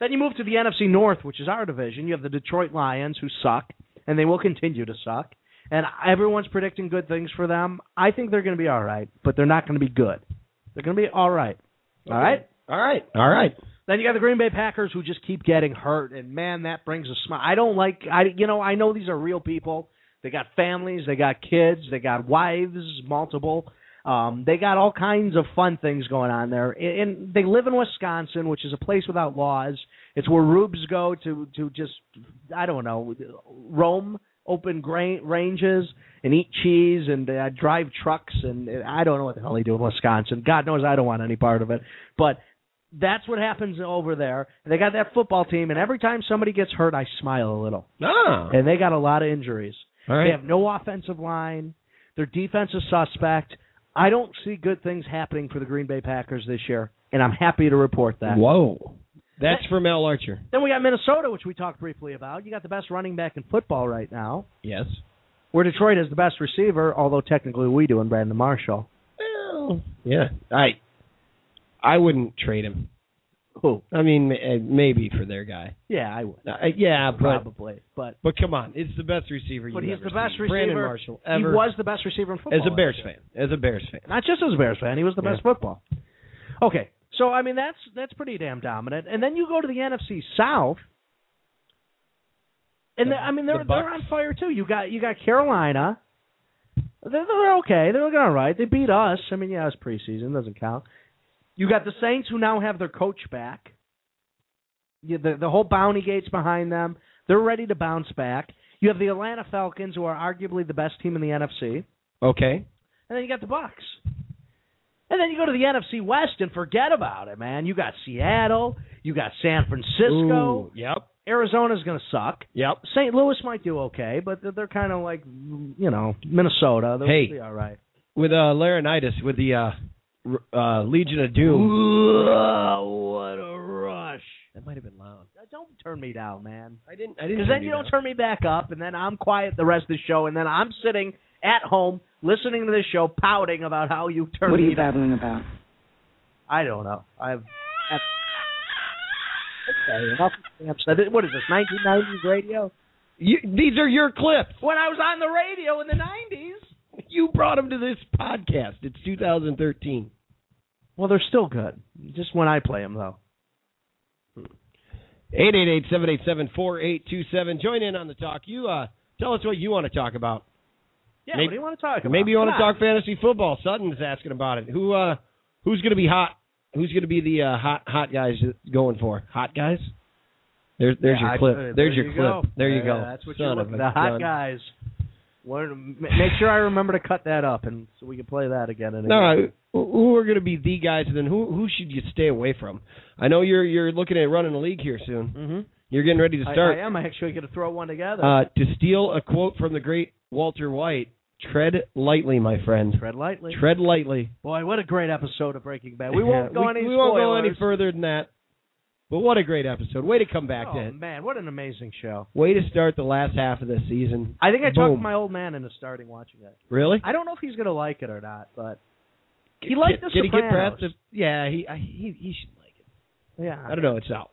Speaker 2: Then you move to the NFC North, which is our division. You have the Detroit Lions, who suck, and they will continue to suck. And everyone's predicting good things for them. I think they're going to be all right, but they're not going to be good. They're going to be all right. All right?
Speaker 1: All right, all right.
Speaker 2: Then you got the Green Bay Packers who just keep getting hurt, and man, that brings a smile. I don't like, I you know, I know these are real people. They got families, they got kids, they got wives, multiple. Um, they got all kinds of fun things going on there, and and they live in Wisconsin, which is a place without laws. It's where rubes go to to just, I don't know, roam open gra- ranges and eat cheese and uh, drive trucks, and uh, I don't know what the hell they do in Wisconsin. God knows I don't want any part of it, but that's what happens over there. They got that football team, and every time somebody gets hurt, I smile a little.
Speaker 1: Ah,
Speaker 2: And they got a lot of injuries.
Speaker 1: all right.
Speaker 2: They have no offensive line. Their defense is suspect. I don't see good things happening for the Green Bay Packers this year, and I'm happy to report that.
Speaker 1: Whoa, that's from Al Archer.
Speaker 2: Then we got Minnesota, which we talked briefly about. You got the best running back in football right now,
Speaker 1: Yes.
Speaker 2: where Detroit has the best receiver, although technically we do in Brandon Marshall.
Speaker 1: Well, yeah. I I wouldn't trade him.
Speaker 2: Who?
Speaker 1: I mean, ma- uh, maybe for their guy.
Speaker 2: Yeah, I would
Speaker 1: Uh, yeah, but
Speaker 2: probably, but
Speaker 1: but come on, it's the best receiver.
Speaker 2: but
Speaker 1: you've
Speaker 2: he's
Speaker 1: ever
Speaker 2: the best
Speaker 1: seen.
Speaker 2: receiver.
Speaker 1: Brandon Marshall ever.
Speaker 2: He was the best receiver in football
Speaker 1: as a Bears
Speaker 2: last year.
Speaker 1: fan. As a Bears fan.
Speaker 2: Not just as a Bears fan, he was the
Speaker 1: Yeah.
Speaker 2: best football. Okay, so I mean that's that's pretty damn dominant. And then you go to the NFC South, and
Speaker 1: The-
Speaker 2: they- I mean they're
Speaker 1: the
Speaker 2: they're
Speaker 1: Bucks.
Speaker 2: on fire too. You got you got Carolina. They're, they're okay. They're looking all right. They beat us. I mean, yeah, it's preseason. Doesn't count. You got the Saints who now have their coach back. You, the the whole bounty gates behind them. They're ready to bounce back. You have the Atlanta Falcons who are arguably the best team in the NFC
Speaker 1: Okay.
Speaker 2: and then you got the Bucks. And then you go to the NFC West and forget about it, man. You got Seattle, you got San Francisco.
Speaker 1: Ooh, yep.
Speaker 2: Arizona's going to suck.
Speaker 1: Yep.
Speaker 2: St. Louis might do okay, but they're- they're kind of like, you know, Minnesota. They'll
Speaker 1: Hey.
Speaker 2: be all right.
Speaker 1: With uh, laryngitis, with the uh, r- uh, Legion of Doom.
Speaker 2: Whoa, what a rush.
Speaker 1: have been loud.
Speaker 2: Don't turn me down, man.
Speaker 1: I didn't. I didn't.
Speaker 2: Because then you don't turn me back up, and then I'm quiet the rest of the show, and then I'm sitting at home listening to this show, pouting about how you turned
Speaker 3: What are
Speaker 2: me
Speaker 3: you
Speaker 2: down.
Speaker 3: babbling about?
Speaker 2: I don't know. I've. I've okay, enough of the damn stuff. What is this? 1990s radio?
Speaker 1: You, these are your clips.
Speaker 2: When I was on the radio in the 90s.
Speaker 1: You brought them to this podcast. It's 2013.
Speaker 2: Well, they're still good. Just when I play them, though.
Speaker 1: 888-787-4827. Join in on the talk. You uh, tell us what you want to talk about.
Speaker 2: Yeah.
Speaker 1: Maybe-
Speaker 2: what do you want to talk about?
Speaker 1: Maybe you want to
Speaker 2: Come on.
Speaker 1: talk fantasy football. Sutton is asking about it. Who uh, who's going to be hot? Who's going to be the uh, hot hot guys going for? Hot guys. There's there's
Speaker 2: Yeah, I-
Speaker 1: your clip.
Speaker 2: uh,
Speaker 1: there's
Speaker 2: there
Speaker 1: your
Speaker 2: you
Speaker 1: clip.
Speaker 2: go.
Speaker 1: There you
Speaker 2: Yeah,
Speaker 1: go.
Speaker 2: That's what
Speaker 1: Son
Speaker 2: you're
Speaker 1: of
Speaker 2: looking.
Speaker 1: a
Speaker 2: The hot
Speaker 1: gun.
Speaker 2: guys. What, m- make sure I remember to cut that up, and so we can play that again. And
Speaker 1: No,
Speaker 2: again.
Speaker 1: I- who- who are going to be the guys? And then who who should you stay away from? I know you're you're looking at running a league here soon.
Speaker 2: Mhm.
Speaker 1: You're getting ready to
Speaker 2: I-
Speaker 1: start.
Speaker 2: I, am actually going to throw one together.
Speaker 1: Uh, to steal a quote from the great Walter White, tread lightly, my friend.
Speaker 2: Tread lightly.
Speaker 1: Tread lightly.
Speaker 2: Boy, what a great episode of Breaking Bad. We won't go
Speaker 1: we,
Speaker 2: any.
Speaker 1: we won't go any
Speaker 2: spoilers.
Speaker 1: further than that. But what a great episode! Way to come back,
Speaker 2: Oh
Speaker 1: Ed.
Speaker 2: man, what an amazing show!
Speaker 1: Way to start the last half of the season.
Speaker 2: I think I
Speaker 1: Boom.
Speaker 2: talked my old man into starting watching it.
Speaker 1: really.
Speaker 2: I don't know if he's going to like it or not, but he liked
Speaker 1: Did-
Speaker 2: The
Speaker 1: Did he get
Speaker 2: Sopranos.
Speaker 1: Brad? To, yeah, he, I, he he should like it.
Speaker 2: yeah,
Speaker 1: I don't know. It's out.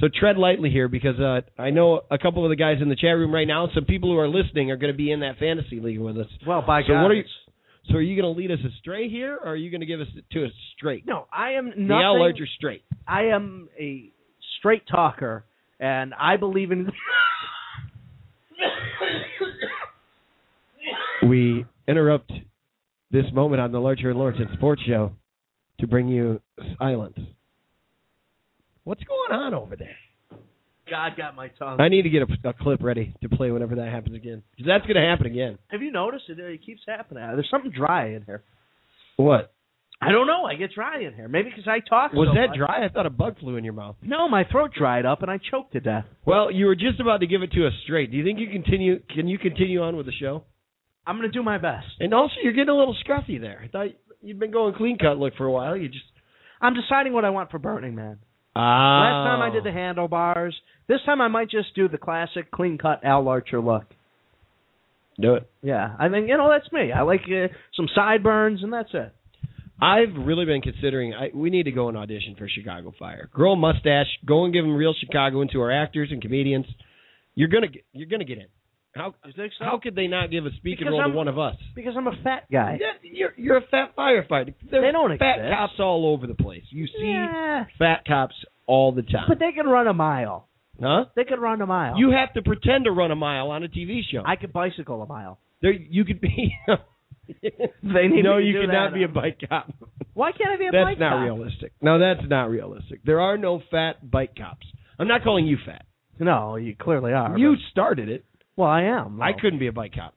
Speaker 1: So tread lightly here because uh, I know a couple of the guys in the chat room right now. Some people who are listening are going to be in that fantasy league with us.
Speaker 2: Well, by
Speaker 1: So
Speaker 2: God,
Speaker 1: what are you-
Speaker 2: it's-
Speaker 1: So are you going to lead us astray here, or are you going to give us to us straight?
Speaker 2: No, I am nothing.
Speaker 1: the outlets are straight.
Speaker 2: I am a straight talker, and I believe in.
Speaker 1: We interrupt this moment on the Larcher and Lawrence Sports Show to bring you silence. What's going on over there?
Speaker 2: God got my tongue.
Speaker 1: I need to get a, a clip ready to play whenever that happens again, because that's going to happen again.
Speaker 2: Have you noticed it? It keeps happening. Uh, There's something dry in here.
Speaker 1: What
Speaker 2: I don't know. I get dry in here. Maybe because I talk.
Speaker 1: was
Speaker 2: so
Speaker 1: that
Speaker 2: much.
Speaker 1: dry? I thought a bug flew in your mouth.
Speaker 2: No, my throat dried up and I choked to death.
Speaker 1: Well, you were just about to give it to us straight. Do you think you continue? Can you continue on with the show?
Speaker 2: I'm gonna do my best.
Speaker 1: And also, you're getting a little scruffy there. I thought you'd been going clean cut look for a while. You just
Speaker 2: I'm deciding what I want for Burning Man.
Speaker 1: ah.
Speaker 2: Last time I did the handlebars. This time I might just do the classic clean cut Al Larcher look.
Speaker 1: do it.
Speaker 2: Yeah, I think you know that's me. I like uh, some sideburns and that's it.
Speaker 1: I've really been considering. I, we need to go and audition for Chicago Fire. Grow a mustache. Go and give them real Chicago into our actors and comedians. You're gonna get. You're gonna get in. How
Speaker 2: You think so?
Speaker 1: how could they not give a speaking
Speaker 2: Because
Speaker 1: role
Speaker 2: I'm-
Speaker 1: to one of us?
Speaker 2: Because I'm a fat guy.
Speaker 1: Yeah, you're, you're a fat firefighter. There's
Speaker 2: They don't
Speaker 1: fat
Speaker 2: exist.
Speaker 1: cops all over the place. You see
Speaker 2: Yeah,
Speaker 1: fat cops all the time.
Speaker 2: but they can run a mile.
Speaker 1: huh?
Speaker 2: They could run a mile.
Speaker 1: You have to pretend to run a mile on a TV show.
Speaker 2: I could bicycle a mile.
Speaker 1: there, you could be.
Speaker 2: They need
Speaker 1: no,
Speaker 2: me to
Speaker 1: you
Speaker 2: do
Speaker 1: could
Speaker 2: that
Speaker 1: not be a
Speaker 2: on-
Speaker 1: bike cop.
Speaker 2: Why can't I be a
Speaker 1: that's
Speaker 2: bike
Speaker 1: not
Speaker 2: cop?
Speaker 1: realistic. No, that's not realistic. There are no fat bike cops. I'm not calling you fat.
Speaker 2: No, you clearly are.
Speaker 1: you
Speaker 2: but-
Speaker 1: started it.
Speaker 2: well, I am.
Speaker 1: I
Speaker 2: though.
Speaker 1: couldn't be a bike cop.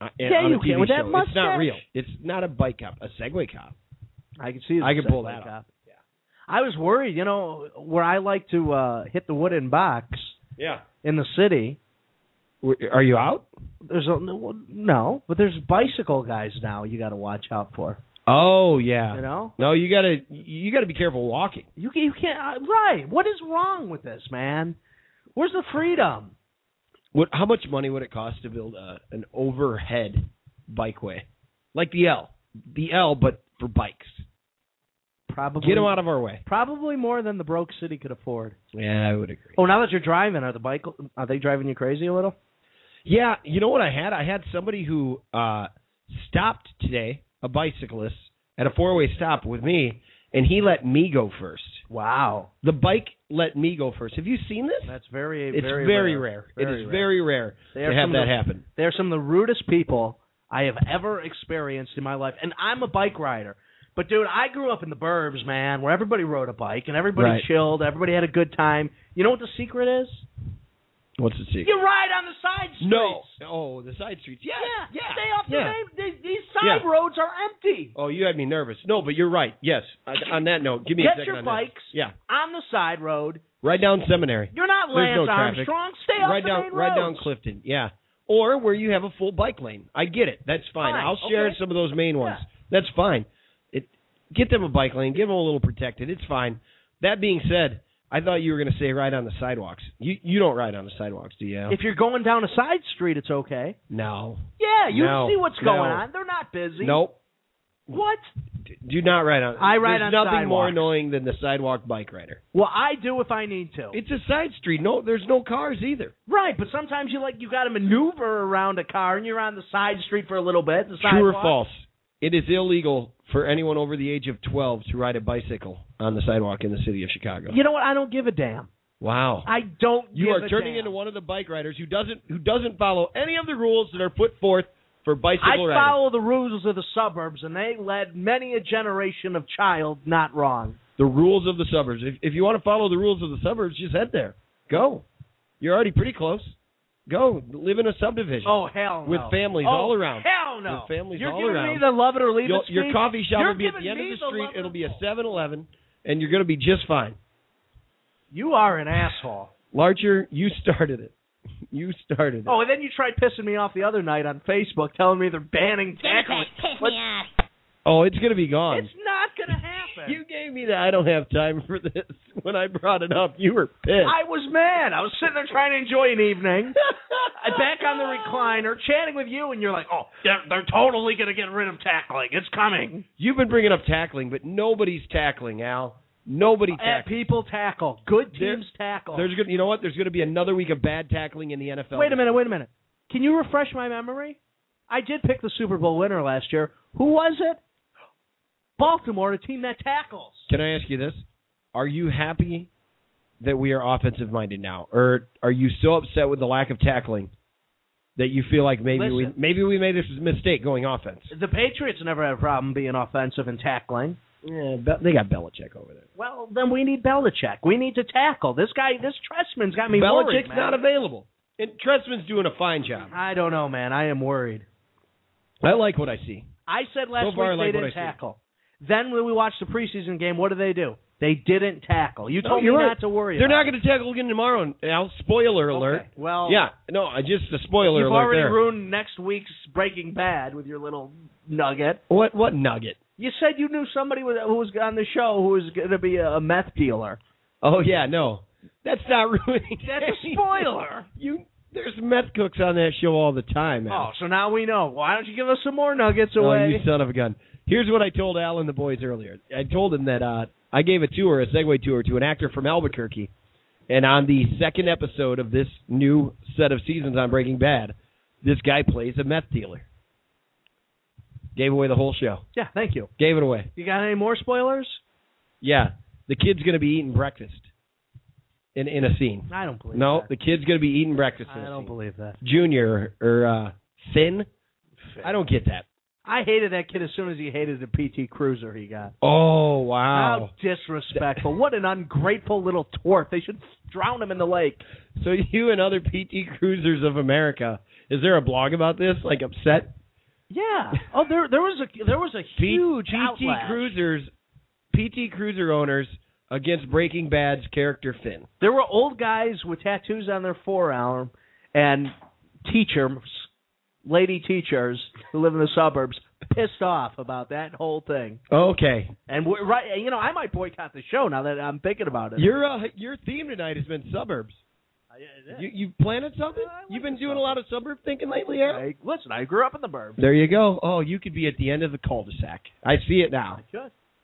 Speaker 1: I-
Speaker 2: Yeah,
Speaker 1: on a
Speaker 2: you
Speaker 1: TV
Speaker 2: can with that
Speaker 1: show. It's not
Speaker 2: mustache.
Speaker 1: real. It's not a bike cop. A Segway cop.
Speaker 2: I can see.
Speaker 1: I
Speaker 2: the
Speaker 1: could pull
Speaker 2: Segway
Speaker 1: that off.
Speaker 2: cop. I was worried, you know, where I like to uh hit the wooden box
Speaker 1: Yeah.
Speaker 2: in the city.
Speaker 1: Are you out?
Speaker 2: There's a no, but there's bicycle guys now. You got to watch out for.
Speaker 1: Oh yeah.
Speaker 2: You know,
Speaker 1: No, you gotta you gotta be careful walking.
Speaker 2: you can, you can't. Uh, right? What is wrong with this, man? Where's the freedom?
Speaker 1: What? How much money would it cost to build a, an overhead bikeway, like the L, the L, but for bikes?
Speaker 2: Probably
Speaker 1: Get them out of our way.
Speaker 2: Probably more than the broke city could afford.
Speaker 1: Yeah, I would agree.
Speaker 2: Oh, now that you're driving, are the bike are they driving you crazy a little?
Speaker 1: Yeah, you know what I had? I had somebody who uh stopped today, a bicyclist, at a four way stop with me, and he let me go first.
Speaker 2: Wow,
Speaker 1: The bike let me go first. Have you seen this?
Speaker 2: that's very
Speaker 1: It's
Speaker 2: very,
Speaker 1: very,
Speaker 2: rare.
Speaker 1: rare. It
Speaker 2: Very
Speaker 1: is
Speaker 2: rare.
Speaker 1: very rare
Speaker 2: They
Speaker 1: to
Speaker 2: are
Speaker 1: have
Speaker 2: some of
Speaker 1: that
Speaker 2: the-
Speaker 1: happen.
Speaker 2: They're some of the rudest people I have ever experienced in my life, and I'm a bike rider. But dude, I grew up in the burbs, man, where everybody rode a bike and everybody
Speaker 1: Right.
Speaker 2: chilled, everybody had a good time. You know what the secret is?
Speaker 1: What's the secret?
Speaker 2: You ride on the side streets.
Speaker 1: No. Oh, the side streets. Yeah.
Speaker 2: Yeah,
Speaker 1: Yeah.
Speaker 2: stay off
Speaker 1: yeah.
Speaker 2: the main. These, these side
Speaker 1: Yeah.
Speaker 2: roads are empty.
Speaker 1: Oh, you had me nervous. No, but you're right. Yes. On- On that note, give me
Speaker 2: Get
Speaker 1: a second.
Speaker 2: your
Speaker 1: on that.
Speaker 2: bikes
Speaker 1: Yeah.
Speaker 2: on the side road.
Speaker 1: Right down Seminary.
Speaker 2: You're not
Speaker 1: There's
Speaker 2: Lance
Speaker 1: no traffic.
Speaker 2: Armstrong. Stay off
Speaker 1: Right
Speaker 2: the
Speaker 1: down.
Speaker 2: main
Speaker 1: Right down
Speaker 2: roads.
Speaker 1: Clifton. Yeah. Or where you have a full bike lane. I get it. That's fine.
Speaker 2: Fine.
Speaker 1: I'll share
Speaker 2: Okay.
Speaker 1: some of those main ones. That's fine. It. Get them a bike lane. Give them a little protected. It's fine. That being said, I thought you were going to say ride on the sidewalks. You you don't ride on the sidewalks, do you?
Speaker 2: If you're going down a side street, it's okay.
Speaker 1: no.
Speaker 2: Yeah, you
Speaker 1: No.
Speaker 2: see what's
Speaker 1: No.
Speaker 2: going on. They're not busy.
Speaker 1: Nope.
Speaker 2: What?
Speaker 1: D- Do not ride on.
Speaker 2: I ride
Speaker 1: There's
Speaker 2: on
Speaker 1: nothing more
Speaker 2: sidewalks.
Speaker 1: annoying than the sidewalk bike rider.
Speaker 2: Well, I do if I need to.
Speaker 1: It's a side street. No, there's no cars either.
Speaker 2: right, but sometimes you like you got to maneuver around a car and you're on the side street for a little bit. The
Speaker 1: True or
Speaker 2: sidewalk.
Speaker 1: false? It is illegal for anyone over the age of 12 to ride a bicycle on the sidewalk in the city of Chicago.
Speaker 2: You know what? I don't give a damn.
Speaker 1: Wow.
Speaker 2: I don't.
Speaker 1: You
Speaker 2: give
Speaker 1: are
Speaker 2: a
Speaker 1: turning
Speaker 2: damn.
Speaker 1: into one of the bike riders who doesn't who doesn't follow any of the rules that are put forth for bicycle
Speaker 2: I
Speaker 1: riding.
Speaker 2: follow the rules of the suburbs, and they led many a generation of child not wrong.
Speaker 1: the rules of the suburbs. If, if you want to follow the rules of the suburbs, just head there. Go. You're already pretty close. Go live in a subdivision.
Speaker 2: Oh hell no!
Speaker 1: With families
Speaker 2: Oh,
Speaker 1: all around.
Speaker 2: Hell no!
Speaker 1: With families
Speaker 2: you're
Speaker 1: all
Speaker 2: giving
Speaker 1: around.
Speaker 2: me the love it or leave
Speaker 1: You'll-
Speaker 2: it speech.
Speaker 1: your coffee shop
Speaker 2: You're
Speaker 1: will be at the
Speaker 2: giving
Speaker 1: end of
Speaker 2: me
Speaker 1: the
Speaker 2: the
Speaker 1: street.
Speaker 2: love
Speaker 1: It'll be a
Speaker 2: it.
Speaker 1: 7-Eleven, and you're going to be just fine.
Speaker 2: You are an asshole.
Speaker 1: Larcher, you started it. You started it.
Speaker 2: Oh, and then you tried pissing me off the other night on Facebook, telling me they're banning tackling. What?
Speaker 1: Oh, it's going to be gone.
Speaker 2: It's not gonna happen.
Speaker 1: you gave me that. I don't have time for this. When I brought it up, you were pissed.
Speaker 2: I was mad. I was sitting there trying to enjoy an evening. I back on the recliner, chatting with you, and you're like, "Oh, they're, they're totally gonna get rid of tackling. It's coming."
Speaker 1: You've been bringing up tackling, but nobody's tackling, Al. Nobody
Speaker 2: And
Speaker 1: tackling.
Speaker 2: people tackle. Good
Speaker 1: There-
Speaker 2: teams tackle.
Speaker 1: There's going to, you know what? There's going to be another week of bad tackling in the NFL.
Speaker 2: Wait a minute, wait a minute. Can you refresh my memory? I did pick the Super Bowl winner last year. Who was it? Baltimore, a team that tackles.
Speaker 1: Can I ask you this? Are you happy that we are offensive minded now, or are you so upset with the lack of tackling that you feel like maybe we
Speaker 2: Listen.
Speaker 1: maybe we made a mistake going offense?
Speaker 2: The Patriots never had a problem being offensive and tackling.
Speaker 1: Yeah, Be- they got Belichick over there.
Speaker 2: Well, then we need Belichick. We need to tackle. This guy, this Tressman's got me worried,
Speaker 1: Belichick's
Speaker 2: man.
Speaker 1: not available, and Tressman's doing a fine job.
Speaker 2: I don't know, man. I am worried.
Speaker 1: I like what I see.
Speaker 2: I said last
Speaker 1: So far, I
Speaker 2: week
Speaker 1: like
Speaker 2: they
Speaker 1: what I
Speaker 2: didn't
Speaker 1: see.
Speaker 2: tackle. Then when we watched the preseason game, what did they do? They didn't tackle. You
Speaker 1: No,
Speaker 2: told me
Speaker 1: you're right.
Speaker 2: not to worry.
Speaker 1: They're
Speaker 2: about
Speaker 1: not
Speaker 2: it.
Speaker 1: going to tackle again tomorrow. Now, spoiler alert.
Speaker 2: Okay. Well,
Speaker 1: Yeah, no, I just a spoiler
Speaker 2: You've
Speaker 1: alert
Speaker 2: already
Speaker 1: there.
Speaker 2: ruined next week's Breaking Bad with your little nugget.
Speaker 1: what what nugget?
Speaker 2: You said you knew somebody with- who was on the show who was going to be a a meth dealer.
Speaker 1: Oh yeah, no, that's not ruining.
Speaker 2: That's a
Speaker 1: anything.
Speaker 2: spoiler.
Speaker 1: You there's meth cooks on that show all the time. Al.
Speaker 2: Oh, so now we know. Why don't you give us some more nuggets
Speaker 1: Oh,
Speaker 2: away?
Speaker 1: you son of a gun. Here's what I told Al and the boys earlier. I told them that uh, I gave a tour, a Segway tour, to an actor from Albuquerque. And on the second episode of this new set of seasons on Breaking Bad, this guy plays a meth dealer. Gave away the whole show.
Speaker 2: yeah, thank you.
Speaker 1: Gave it away.
Speaker 2: You got any more spoilers?
Speaker 1: Yeah. The kid's going to be eating breakfast in, in a scene.
Speaker 2: I don't believe
Speaker 1: No,
Speaker 2: that.
Speaker 1: the kid's going to be eating breakfast in
Speaker 2: I
Speaker 1: a
Speaker 2: don't
Speaker 1: scene.
Speaker 2: believe that.
Speaker 1: Junior or uh, Finn. I don't get that.
Speaker 2: I hated that kid as soon as he hated the PT Cruiser he got.
Speaker 1: Oh, wow.
Speaker 2: How disrespectful. what an ungrateful little tort. They should drown him in the lake.
Speaker 1: So you and other PT Cruisers of America, is there a blog about this? Like upset
Speaker 2: Yeah. Oh, there there was a there was a
Speaker 1: P-
Speaker 2: huge
Speaker 1: PT
Speaker 2: outlash.
Speaker 1: Cruisers, PT Cruiser owners against Breaking Bad's character Finn.
Speaker 2: There were old guys with tattoos on their forearm and teachers, lady teachers who live in the suburbs, pissed off about that whole thing.
Speaker 1: Okay,
Speaker 2: And we're right, you know, I might boycott the show now that I'm thinking about it.
Speaker 1: your uh, your theme tonight has been suburbs. You you planning something?
Speaker 2: I like
Speaker 1: You've been
Speaker 2: the
Speaker 1: doing a lot of suburb thinking lately, Al?
Speaker 2: I, listen, I grew up in the burbs.
Speaker 1: There you go. Oh, you could be at the end of the cul-de-sac. I see it now.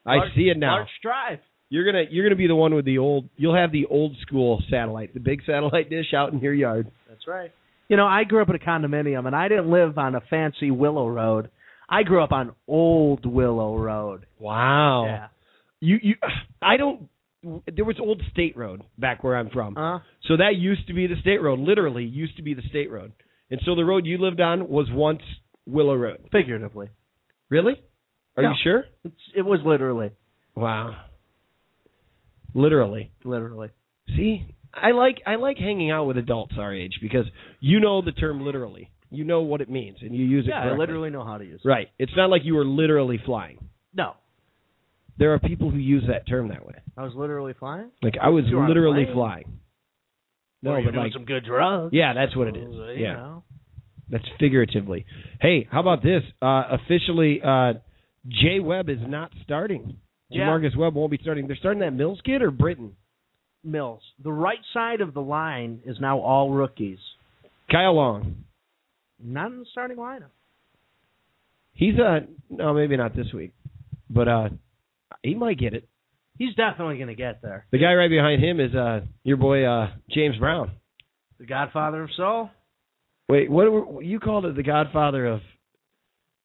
Speaker 1: I
Speaker 2: Large-
Speaker 1: see it now.
Speaker 2: Large Drive.
Speaker 1: You're gonna you're gonna be the one with the old. You'll have the old school satellite, the big satellite dish out in your yard.
Speaker 2: That's right. You know, I grew up in a condominium, and I didn't live on a fancy Willow Road. I grew up on Old Willow Road.
Speaker 1: Wow.
Speaker 2: Yeah.
Speaker 1: You you I don't there was old state road back where I'm from.
Speaker 2: Huh?
Speaker 1: So that used to be the state road, literally used to be the state road. And so the road you lived on was once Willow Road.
Speaker 2: Figuratively.
Speaker 1: Really? Are
Speaker 2: No.
Speaker 1: you sure?
Speaker 2: It's, it was literally.
Speaker 1: Wow. Literally.
Speaker 2: Literally.
Speaker 1: See? I like I like hanging out with adults our age because you know the term literally. You know what it means and you use it
Speaker 2: Yeah, I
Speaker 1: correctly.
Speaker 2: literally know how to use it.
Speaker 1: Right. It's not like you were literally flying.
Speaker 2: No.
Speaker 1: There are people who use that term that way.
Speaker 2: I was literally flying.
Speaker 1: Like I was
Speaker 2: You were on a
Speaker 1: literally
Speaker 2: plane.
Speaker 1: flying. No,
Speaker 2: Or you were
Speaker 1: but
Speaker 2: doing
Speaker 1: like
Speaker 2: some good drugs.
Speaker 1: Yeah, that's what it is.
Speaker 2: You
Speaker 1: Yeah,
Speaker 2: know.
Speaker 1: that's figuratively. Hey, how about this? Uh, officially, uh, Jay Webb is not starting.
Speaker 2: Yeah.
Speaker 1: Marcus Webb won't be starting. They're starting that Mills kid or Britain.
Speaker 2: Mills. The right side of the line is now all rookies.
Speaker 1: Kyle Long.
Speaker 2: Not in the starting lineup.
Speaker 1: He's uh no, maybe not this week, but uh he might get it.
Speaker 2: He's definitely going to get there.
Speaker 1: The guy right behind him is uh your boy uh James Brown.
Speaker 2: The Godfather himself.
Speaker 1: Wait, what were, you called it? The Godfather of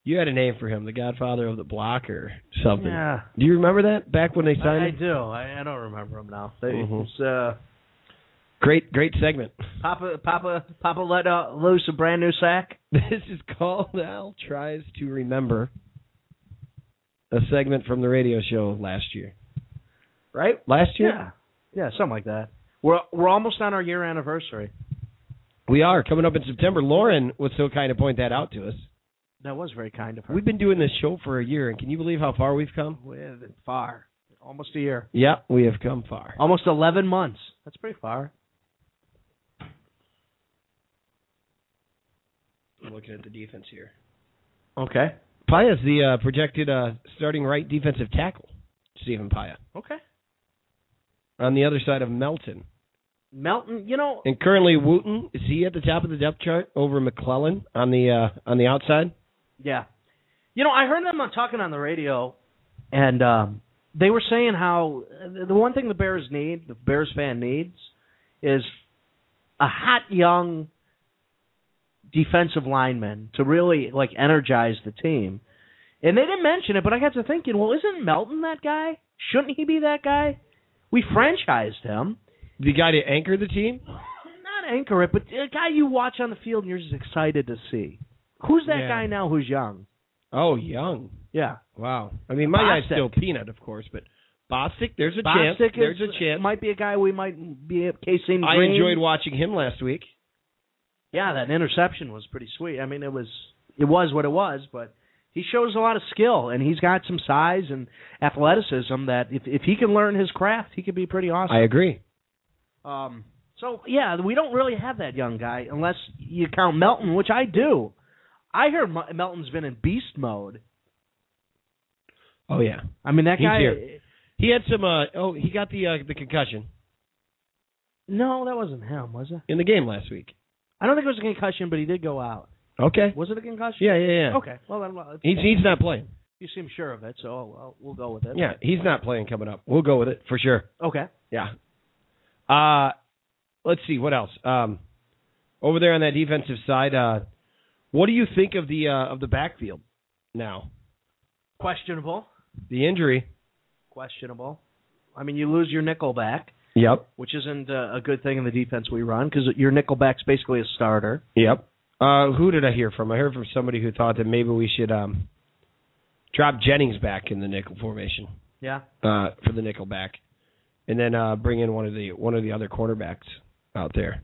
Speaker 1: you had a name for him, the Godfather of the Block or something.
Speaker 2: Yeah.
Speaker 1: Do you remember that back when they signed
Speaker 2: I, I
Speaker 1: him?
Speaker 2: do. I, I don't remember him now. They-
Speaker 1: Mhm.
Speaker 2: It's uh,
Speaker 1: Great, great segment.
Speaker 2: Papa Papa Papa let uh, loose a brand new sack.
Speaker 1: This is called Al tries to remember a segment from the radio show last year.
Speaker 2: Right?
Speaker 1: Last year,
Speaker 2: Yeah. Yeah, something like that. We're we're almost on our year anniversary.
Speaker 1: we are coming up in September. Lauren was so kind to point that out to us.
Speaker 2: That was very kind of her.
Speaker 1: We've been doing this show for a year, and can you believe how far we've come?
Speaker 2: We're far. Almost a year.
Speaker 1: Yeah, we have come far.
Speaker 2: Almost eleven months. That's pretty far.
Speaker 1: I'm looking at the defense here.
Speaker 2: Okay.
Speaker 1: Paya's the uh, projected uh, starting right defensive tackle, Stephen Paya,
Speaker 2: Okay.
Speaker 1: on the other side of Melton.
Speaker 2: Melton, you know,
Speaker 1: And currently, Wooten is he at the top of the depth chart over McClellan on the uh, on the outside?
Speaker 2: Yeah. You know, I heard them on talking on the radio, and um, they were saying how uh, the one thing the Bears need, the Bears fan needs, is a hot young defensive lineman to really like energize the team. And they didn't mention it, but I got to thinking, well, isn't Melton that guy? Shouldn't he be that guy? We franchised him
Speaker 1: The guy to anchor the team?
Speaker 2: not anchor it, but a guy you watch on the field and you're just excited to see. Who's that
Speaker 1: Yeah.
Speaker 2: guy now who's young?
Speaker 1: Oh, Young!
Speaker 2: Yeah.
Speaker 1: Wow. I mean, my guy's
Speaker 2: Bostic.
Speaker 1: still peanut, of course, but Bostic, there's a
Speaker 2: Bostic
Speaker 1: chance.
Speaker 2: is-
Speaker 1: There's a chance.
Speaker 2: Might be a guy we might be casing.
Speaker 1: I
Speaker 2: Green.
Speaker 1: enjoyed watching him last week.
Speaker 2: Yeah, that interception was pretty sweet. I mean, it was it was what it was, but he shows a lot of skill and he's got some size and athleticism that if if he can learn his craft, he could be pretty awesome.
Speaker 1: I agree.
Speaker 2: Um, so yeah, we don't really have that young guy unless you count Melton, which I do. I heard Mel- Melton's been in beast mode.
Speaker 1: Oh yeah.
Speaker 2: I mean, that
Speaker 1: He's
Speaker 2: guy.
Speaker 1: here. He had some. Uh, oh, he got the uh, the concussion
Speaker 2: No, that wasn't him, was it?
Speaker 1: in the game last week.
Speaker 2: I don't think it was a concussion, but he did go out.
Speaker 1: Okay.
Speaker 2: Was it a concussion?
Speaker 1: Yeah, yeah, yeah.
Speaker 2: Okay. Well, then well,
Speaker 1: He's he's not playing.
Speaker 2: you seem sure of it, so I'll, I'll, we'll go with it.
Speaker 1: Yeah, he's not playing coming up. We'll go with it for sure.
Speaker 2: Okay.
Speaker 1: Yeah. Uh let's see what else. Um over there on that defensive side, uh what do you think of the uh of the backfield now?
Speaker 2: Questionable.
Speaker 1: The injury.
Speaker 2: Questionable. I mean, you lose your nickel back,
Speaker 1: Yep.
Speaker 2: which isn't uh, a good thing in the defense we run because your nickel back's basically a starter.
Speaker 1: Yep. Uh who did I hear from? I heard from somebody who thought that maybe we should um drop Jennings back in the nickel formation.
Speaker 2: Yeah.
Speaker 1: Uh for the nickel back. And then uh bring in one of the one of the other cornerbacks out there.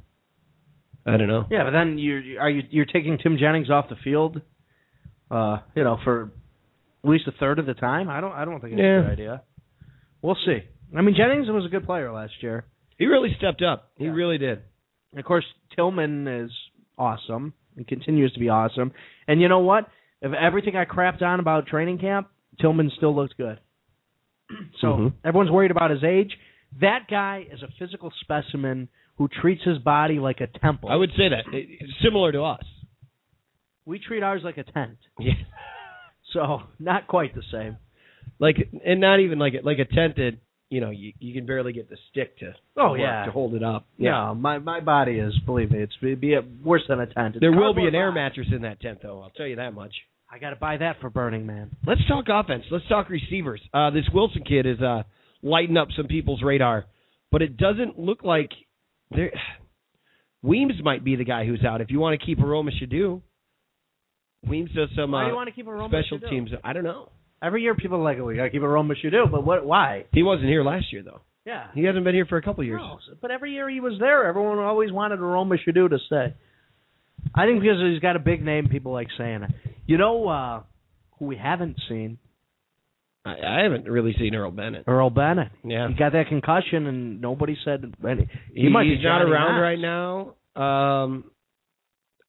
Speaker 1: I don't know.
Speaker 2: Yeah, but then you are you you're taking Tim Jennings off the field, uh, you know, for at least a third of the time. I don't I don't think it's
Speaker 1: Yeah.
Speaker 2: a good idea. We'll see. I mean, Jennings was a good player last year.
Speaker 1: He really stepped up. He
Speaker 2: Yeah.
Speaker 1: really did.
Speaker 2: And of course, Tillman is awesome and continues to be awesome. And you know what? Of everything I crapped on about training camp, Tillman still looked good. So
Speaker 1: Mhm.
Speaker 2: everyone's worried about his age. That guy is a physical specimen who treats his body like a temple.
Speaker 1: I would say that. It- it's similar to us.
Speaker 2: we treat ours like a tent.
Speaker 1: Yeah.
Speaker 2: So not quite the same.
Speaker 1: like and not even like a- like a tent that you know you, you can barely get the stick to
Speaker 2: Oh,
Speaker 1: work,
Speaker 2: yeah.
Speaker 1: to hold it up
Speaker 2: No, my my body is believe me, it's it'd be a, worse than a tent. It's
Speaker 1: there will be an
Speaker 2: cardboard
Speaker 1: air
Speaker 2: box.
Speaker 1: mattress in that tent though I'll tell you that much
Speaker 2: I got to buy that for Burning Man.
Speaker 1: let's talk offense let's talk receivers uh, this Wilson kid is uh, lighting up some people's radar but it doesn't look like there Weems might be the guy who's out if you want to keep Aroma Shadu Weems does some
Speaker 2: Why
Speaker 1: uh,
Speaker 2: do Oh, you want to keep a Roma
Speaker 1: special
Speaker 2: Shadu?
Speaker 1: teams I don't know
Speaker 2: Every year people are like, oh, we got to keep a Roma Shadu, but what? Why?
Speaker 1: he wasn't here last year though
Speaker 2: Yeah.
Speaker 1: he hasn't been here for a couple years
Speaker 2: No, but every year he was there, everyone always wanted Aroma Shadu to stay. I think because he's got a big name, people like saying it. You know uh, who we haven't seen?
Speaker 1: I, I haven't really seen Earl Bennett
Speaker 2: Earl Bennett.
Speaker 1: yeah
Speaker 2: He got that concussion, and nobody said any. He,
Speaker 1: He-
Speaker 2: might be
Speaker 1: he's not
Speaker 2: Johnny
Speaker 1: around
Speaker 2: Knox.
Speaker 1: right now. Um,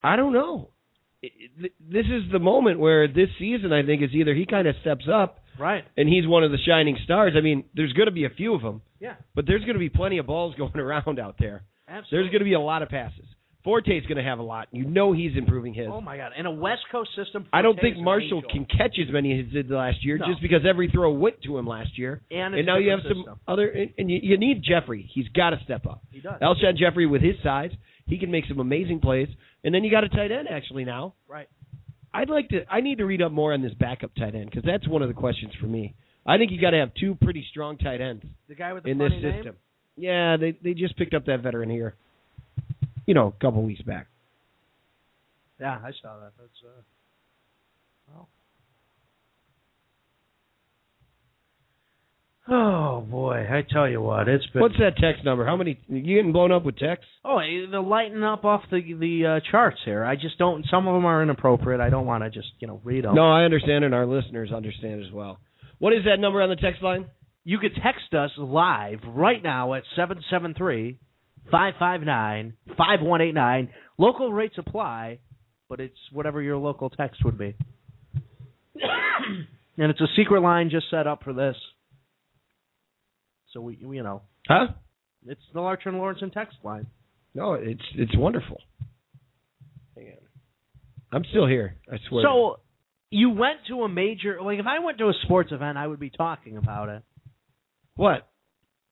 Speaker 1: I don't know. It- it- This is the moment where this season, I think, is either he kind of steps up
Speaker 2: Right.
Speaker 1: and he's one of the shining stars. I mean, there's going to be a few of them,
Speaker 2: Yeah,
Speaker 1: But there's going to be plenty of balls going around out there. There's
Speaker 2: absolutely.
Speaker 1: going to be a lot of passes. Forte's going to have a lot. You know he's improving his.
Speaker 2: oh my God! In a West Coast system,
Speaker 1: I don't
Speaker 2: Forte's
Speaker 1: think
Speaker 2: an
Speaker 1: Marshall
Speaker 2: angel.
Speaker 1: can catch as many as he did last year,
Speaker 2: No.
Speaker 1: just because every throw went to him last year.
Speaker 2: And,
Speaker 1: And
Speaker 2: it's a
Speaker 1: now you have
Speaker 2: different
Speaker 1: some
Speaker 2: system.
Speaker 1: other, and- and you, you need Jeffrey. He's got to step up.
Speaker 2: He does.
Speaker 1: Elshon Jeffrey, with his size, he can make some amazing plays. And then you got a tight end actually now.
Speaker 2: Right.
Speaker 1: I'd like to. I need to read up more on this backup tight end because that's one of the questions for me. I think you got to have two pretty strong tight ends
Speaker 2: The guy with the
Speaker 1: in this
Speaker 2: funny
Speaker 1: system.
Speaker 2: name.
Speaker 1: Yeah, they they just picked up that veteran here. You know, a couple weeks back.
Speaker 2: Yeah, I saw that. That's uh, well. Oh boy, I tell you what, it's been.
Speaker 1: What's that text number? How many? You getting blown up with texts?
Speaker 2: Oh, eh, they're lighting up off the the uh, charts here. I just don't. Some of them are inappropriate. I don't want to just you know read them.
Speaker 1: No, I understand, and our listeners understand as well. What is that number on the text line?
Speaker 2: You could text us live right now at 773 559 5189. Local rates apply, but it's whatever your local text would be. and it's a secret line just set up for this. So, we, you know,
Speaker 1: Huh?
Speaker 2: it's the Larcher and Lawrence text line.
Speaker 1: No, it's it's wonderful. Hang on. I'm still here. I swear.
Speaker 2: So, you went to a major, like, if I went to a sports event, I would be talking about it.
Speaker 1: what?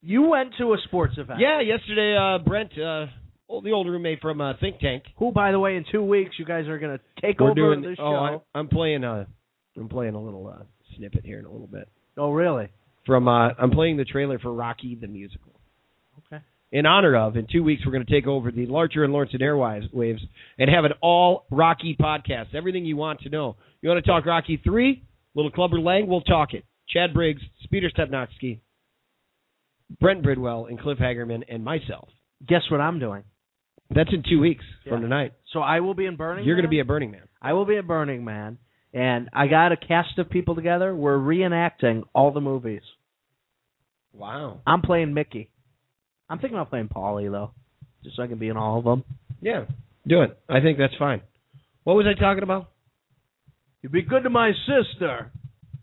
Speaker 2: You went to a sports event.
Speaker 1: Yeah, yesterday, uh, Brent, uh, old, the old roommate from uh, Think Tank,
Speaker 2: Who, by the way, in two weeks, you guys are going to take
Speaker 1: we're
Speaker 2: over
Speaker 1: doing.
Speaker 2: the show.
Speaker 1: oh, I, I'm playing a, I'm playing a little uh, snippet here in a little bit
Speaker 2: oh, really?
Speaker 1: from. Uh, I'm playing the trailer for Rocky the musical.
Speaker 2: Okay.
Speaker 1: In honor of, in two weeks, we're going to take over the Larcher and Lawrence and Airwaves waves and have an all Rocky podcast. Everything you want to know. You want to talk Rocky three? Little Clubber Lang, we'll talk it. Chad Briggs, Peter Stepnotsky, Brent Bridwell, and Cliff Hagerman, and myself.
Speaker 2: Guess what I'm doing?
Speaker 1: That's in two weeks from
Speaker 2: Yeah.
Speaker 1: tonight.
Speaker 2: So I will be in Burning.
Speaker 1: You're
Speaker 2: going to
Speaker 1: be a Burning Man.
Speaker 2: I will be at Burning Man, and I got a cast of people together. We're reenacting all the movies.
Speaker 1: Wow.
Speaker 2: I'm playing Mickey. I'm thinking about playing Polly though, just so I can be in all of them.
Speaker 1: Yeah, do it. I think that's fine. What was I talking about?
Speaker 2: You'd be good to my sister.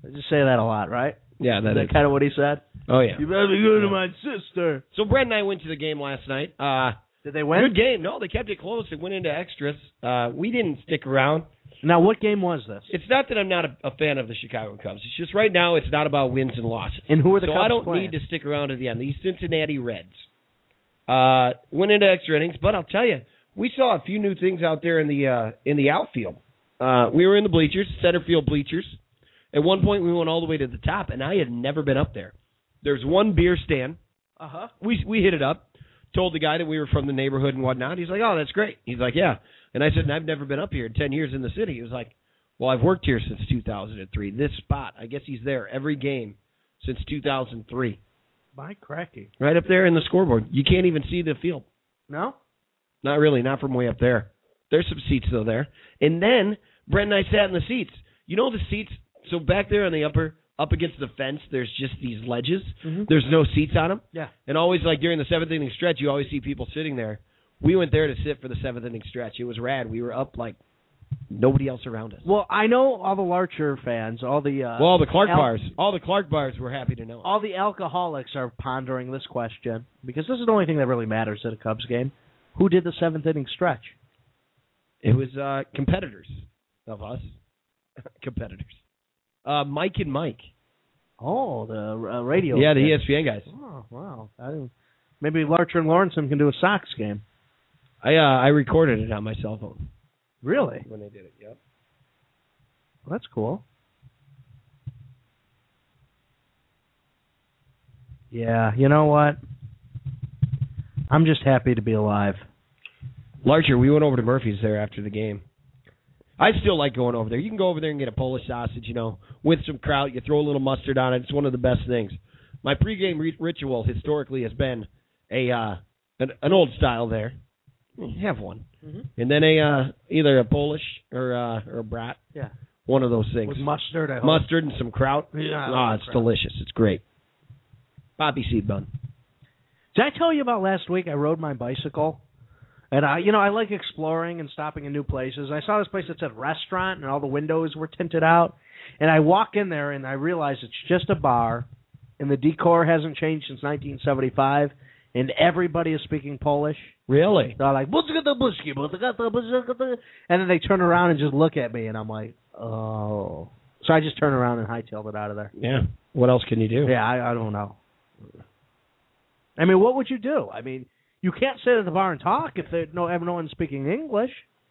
Speaker 2: I just say that a lot, right?
Speaker 1: Yeah,
Speaker 2: Is that kind of what he said?
Speaker 1: Oh yeah.
Speaker 2: You better be good to my sister.
Speaker 1: So Brett and I went to the game last night. Uh,
Speaker 2: Did they win?
Speaker 1: Good game. No, they kept it close. It went into extras. Uh, we didn't stick around.
Speaker 2: Now, what game was this?
Speaker 1: It's not that I'm not a, a fan of the Chicago Cubs. It's just right now it's not about wins and losses.
Speaker 2: And who are the
Speaker 1: so
Speaker 2: Cubs
Speaker 1: I don't
Speaker 2: playing?
Speaker 1: need to stick around to the end. These Cincinnati Reds uh, went into extra innings, but I'll tell you, we saw a few new things out there in the uh, in the outfield. Uh, we were in the bleachers, center field bleachers. At one point, we went all the way to the top, and I had never been up there. There's one beer stand.
Speaker 2: Uh huh.
Speaker 1: We we hit it up. Told the guy that we were from the neighborhood and whatnot. He's like, "Oh, that's great." He's like, "Yeah." And I said, "And "I've never been up here in ten years in the city." He was like, "Well, I've worked here since 2003. This spot, I guess he's there every game since 2003."
Speaker 2: My cracky.
Speaker 1: Right up there in the scoreboard. You can't even see the field.
Speaker 2: No.
Speaker 1: Not really, not from way up there. There's some seats though there. And then Brent and I sat in the seats. You know the seats so back there on the upper up against the fence there's just these ledges.
Speaker 2: Mhm.
Speaker 1: There's no seats on them.
Speaker 2: Yeah.
Speaker 1: And always like during the seventh inning stretch you always see people sitting there. We went there to sit for the seventh inning stretch. It was rad. We were up like nobody else around us.
Speaker 2: Well, I know all the Larcher fans, all the uh,
Speaker 1: Well, all the Clark
Speaker 2: Al-
Speaker 1: bars. All the Clark bars were happy to know.
Speaker 2: all the alcoholics are pondering this question because this is the only thing that really matters at a Cubs game. Who did the seventh inning stretch?
Speaker 1: It was uh, competitors of us. competitors. Uh, Mike and Mike.
Speaker 2: Oh, the uh, radio.
Speaker 1: Yeah, the E ESPN guys.
Speaker 2: Oh, wow. I didn't- maybe Larcher and Lawrence can do a Sox game.
Speaker 1: I uh, I recorded it on my cell phone
Speaker 2: Really?
Speaker 1: when they did it. Yep.
Speaker 2: Well, that's cool. Yeah, you know what? I'm just happy to be alive.
Speaker 1: Larcher, we went over to Murphy's there after the game. I still like going over there. You can go over there and get a Polish sausage, you know, with some kraut. You throw a little mustard on it. It's one of the best things. My pregame re- ritual historically has been a uh, an, an old style there. Have one,
Speaker 2: Mhm.
Speaker 1: and then a uh, either a Polish or uh, or a brat.
Speaker 2: Yeah.
Speaker 1: one of those things.
Speaker 2: With mustard, I hope.
Speaker 1: mustard and some kraut.
Speaker 2: Yeah, I
Speaker 1: Ah,
Speaker 2: love
Speaker 1: it's
Speaker 2: kraut.
Speaker 1: delicious. It's great. Poppy seed bun.
Speaker 2: Did I tell you about last week? I rode my bicycle, and I, you know, I like exploring and stopping in new places. I saw this place that said restaurant, and all the windows were tinted out. And I walk in there, and I realize it's just a bar, and the decor hasn't changed since 1975, and everybody is speaking Polish.
Speaker 1: Really?
Speaker 2: They're like, "Buzgadabuski, buzgadabuski," and then they turn around and just look at me, and I'm like, oh. So I just turn around and hightailed it out of there.
Speaker 1: Yeah. What else can you do?
Speaker 2: Yeah, I, I don't know. I mean, what would you do? I mean, you can't sit at the bar and talk if there no have no one speaking English.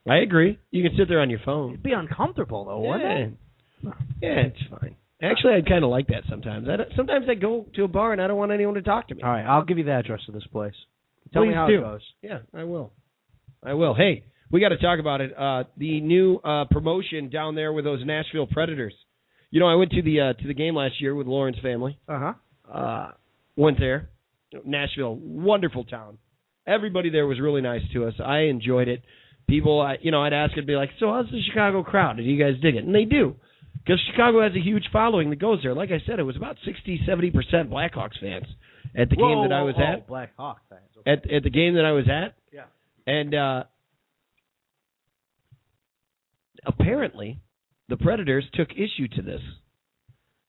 Speaker 1: I agree. You can sit there on your phone.
Speaker 2: It'd be uncomfortable though, wouldn't
Speaker 1: Yeah.
Speaker 2: it?
Speaker 1: Yeah, it's fine. Actually, I kind of like that sometimes. I don't- sometimes I go to a bar and I don't want anyone to talk to me.
Speaker 2: All right, I'll give you the address of this place. Tell me
Speaker 1: Please
Speaker 2: how
Speaker 1: do.
Speaker 2: it goes.
Speaker 1: Yeah, I will. I will. Hey, we got to talk about it. Uh, the new uh, promotion down there with those Nashville Predators. You know, I went to the uh, to the game last year with Lauren's family.
Speaker 2: Uh huh.
Speaker 1: Uh, went there. Nashville, wonderful town. Everybody there was really nice to us. I enjoyed it. People, I, you know, I'd ask, I'd be like, "So how's the Chicago crowd? Did you guys dig it?" And they do, because Chicago has a huge following that goes there. Like I said, it was about sixty, seventy percent Blackhawks fans at the game that I was at
Speaker 2: Black Hawk fans.
Speaker 1: at at the game that I was at.
Speaker 2: Yeah.
Speaker 1: And uh apparently the Predators took issue to this.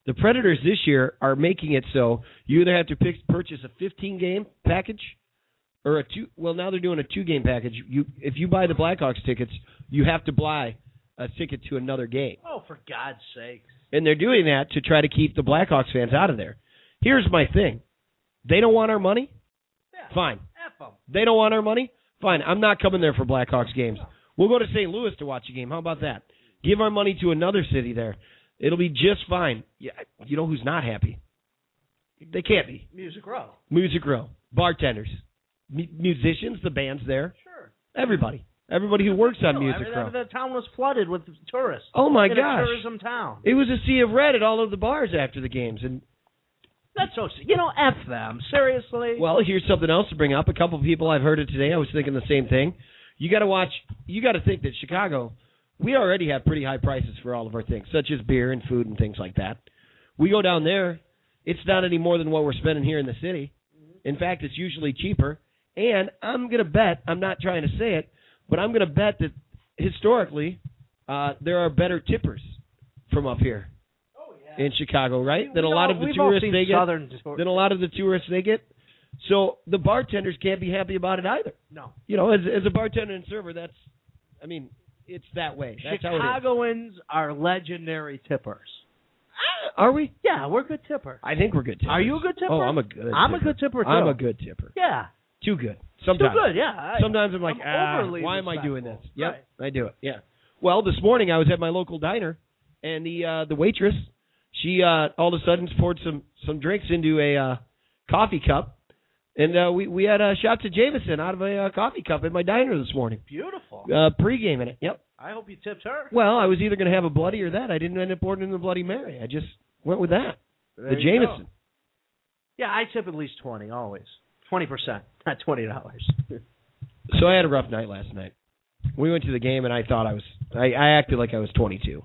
Speaker 1: The Predators this year are making it so you either have to pick, purchase a 15 game package or a two well now they're doing a two game package. You if you buy the Blackhawks tickets, you have to buy a ticket to another game.
Speaker 2: Oh, for God's sake!
Speaker 1: And they're doing that to try to keep the Blackhawks fans out of there. Here's my thing. They don't want our money?
Speaker 2: Yeah.
Speaker 1: Fine.
Speaker 2: F 'em.
Speaker 1: They don't want our money? Fine. I'm not coming there for Blackhawks games. We'll go to St. Louis to watch a game. How about that? Give our money to another city there. It'll be just fine. Yeah, You know who's not happy? They can't be.
Speaker 2: Music Row.
Speaker 1: Music Row, bartenders, mu- musicians, the bands there,
Speaker 2: Sure.
Speaker 1: everybody. Everybody who works on
Speaker 2: No,
Speaker 1: Music
Speaker 2: I
Speaker 1: Row.
Speaker 2: mean, The town was flooded with tourists.
Speaker 1: Oh my
Speaker 2: In a
Speaker 1: gosh.
Speaker 2: tourism town.
Speaker 1: It was a sea of red at all of the bars after the games. And,
Speaker 2: That's so. You know, f them. Seriously.
Speaker 1: well, here's something else to bring up. A couple of people I've heard it today. I was thinking the same thing. You got to watch, you got to think that Chicago, we already have pretty high prices for all of our things, such as beer and food and things like that. We go down there, it's not any more than what we're spending here in the city. In fact, it's usually cheaper. And I'm going to bet, I'm not trying to say it, but I'm going to bet that historically uh, there are better tippers from up here in Chicago, right? Than a
Speaker 2: Oh, We
Speaker 1: lot
Speaker 2: all-
Speaker 1: of the
Speaker 2: we've all
Speaker 1: tourists
Speaker 2: seen
Speaker 1: they get.
Speaker 2: Southern tour-
Speaker 1: Than a lot of the tourists they get. So the bartenders can't be happy about it either.
Speaker 2: no.
Speaker 1: You know, as as a bartender and server, that's, I mean, it's that way. That's how it is.
Speaker 2: Chicagoans are legendary tippers.
Speaker 1: Are we?
Speaker 2: Yeah, we're good tippers.
Speaker 1: I think we're good tippers.
Speaker 2: Are you a good tipper?
Speaker 1: Oh, I'm a good.
Speaker 2: I'm a
Speaker 1: tipper.
Speaker 2: good tipper,
Speaker 1: I'm
Speaker 2: too.
Speaker 1: a good tipper.
Speaker 2: Yeah.
Speaker 1: Too good.
Speaker 2: Too
Speaker 1: Sometimes.
Speaker 2: good. Yeah. I-
Speaker 1: Sometimes I'm like,
Speaker 2: I'm
Speaker 1: ah,
Speaker 2: overly
Speaker 1: why am I
Speaker 2: respectful.
Speaker 1: doing this? Yep,
Speaker 2: Right.
Speaker 1: I do it. Yeah. Well, this morning I was at my local diner, and the uh, the waitress, she uh, all of a sudden poured some some drinks into a uh, coffee cup, and uh, we we had uh, shots of Jameson out of a uh, coffee cup at my diner this morning.
Speaker 2: Beautiful.
Speaker 1: Uh, pregame in it. Yep.
Speaker 2: I hope you tipped her.
Speaker 1: Well, I was either going to have a bloody or that. I didn't end up ordering the bloody Mary. I just went with that.
Speaker 2: There
Speaker 1: the
Speaker 2: you go.
Speaker 1: Jameson.
Speaker 2: Yeah, I tip at least twenty always. Twenty percent, not twenty dollars.
Speaker 1: So I had a rough night last night. We went to the game and I thought I was I, I acted like I was 22.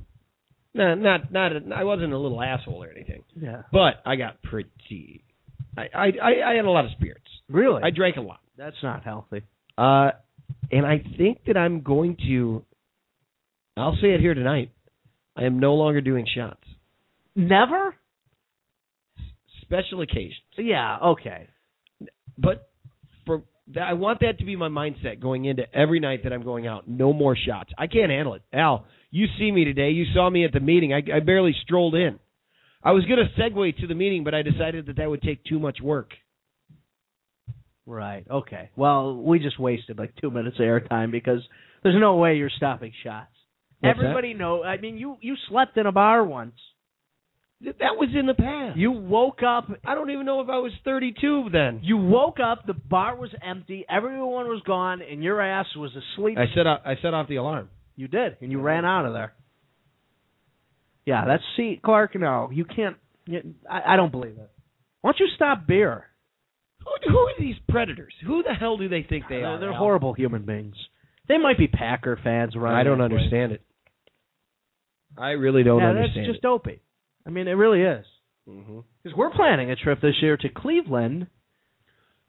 Speaker 1: No, not not a, I wasn't a little asshole or anything,
Speaker 2: yeah.
Speaker 1: but I got pretty. I I I, I had a lot of spirits.
Speaker 2: Really?
Speaker 1: I drank a lot.
Speaker 2: That's not healthy.
Speaker 1: Uh, and I think that I'm going to. I'll say it here tonight. I am no longer doing shots.
Speaker 2: Never?
Speaker 1: Special occasions,
Speaker 2: Yeah. Okay.
Speaker 1: but for that, I want that to be my mindset going into every night that I'm going out. No more shots. I can't handle it. Al, you see me today. You saw me at the meeting. I, I barely strolled in. I was going to segue to the meeting, but I decided that that would take too much work.
Speaker 2: Right. Okay. Well, we just wasted like two minutes of airtime because there's no way you're stopping shots.
Speaker 1: What's that?
Speaker 2: Everybody know. I mean, you you slept in a bar once.
Speaker 1: Th- That was in the past.
Speaker 2: You woke up.
Speaker 1: I don't even know if I was 32 then.
Speaker 2: You woke up. The bar was empty. Everyone was gone, and your ass was asleep.
Speaker 1: I set off, I set off the alarm.
Speaker 2: You did, and you ran out of there. Yeah, that's see, Clark. No, you can't. you- I, I don't believe it. Why don't you stop beer?
Speaker 1: Who, who are these predators? Who the hell do they think they
Speaker 2: They're,
Speaker 1: are?
Speaker 2: they're
Speaker 1: Al?
Speaker 2: horrible human beings. They might be Packer fans, right?
Speaker 1: I don't understand it. I really don't
Speaker 2: yeah,
Speaker 1: understand.
Speaker 2: that's just dopey. I mean, it really is.
Speaker 1: it. Mhm.
Speaker 2: Because we're planning a trip this year to Cleveland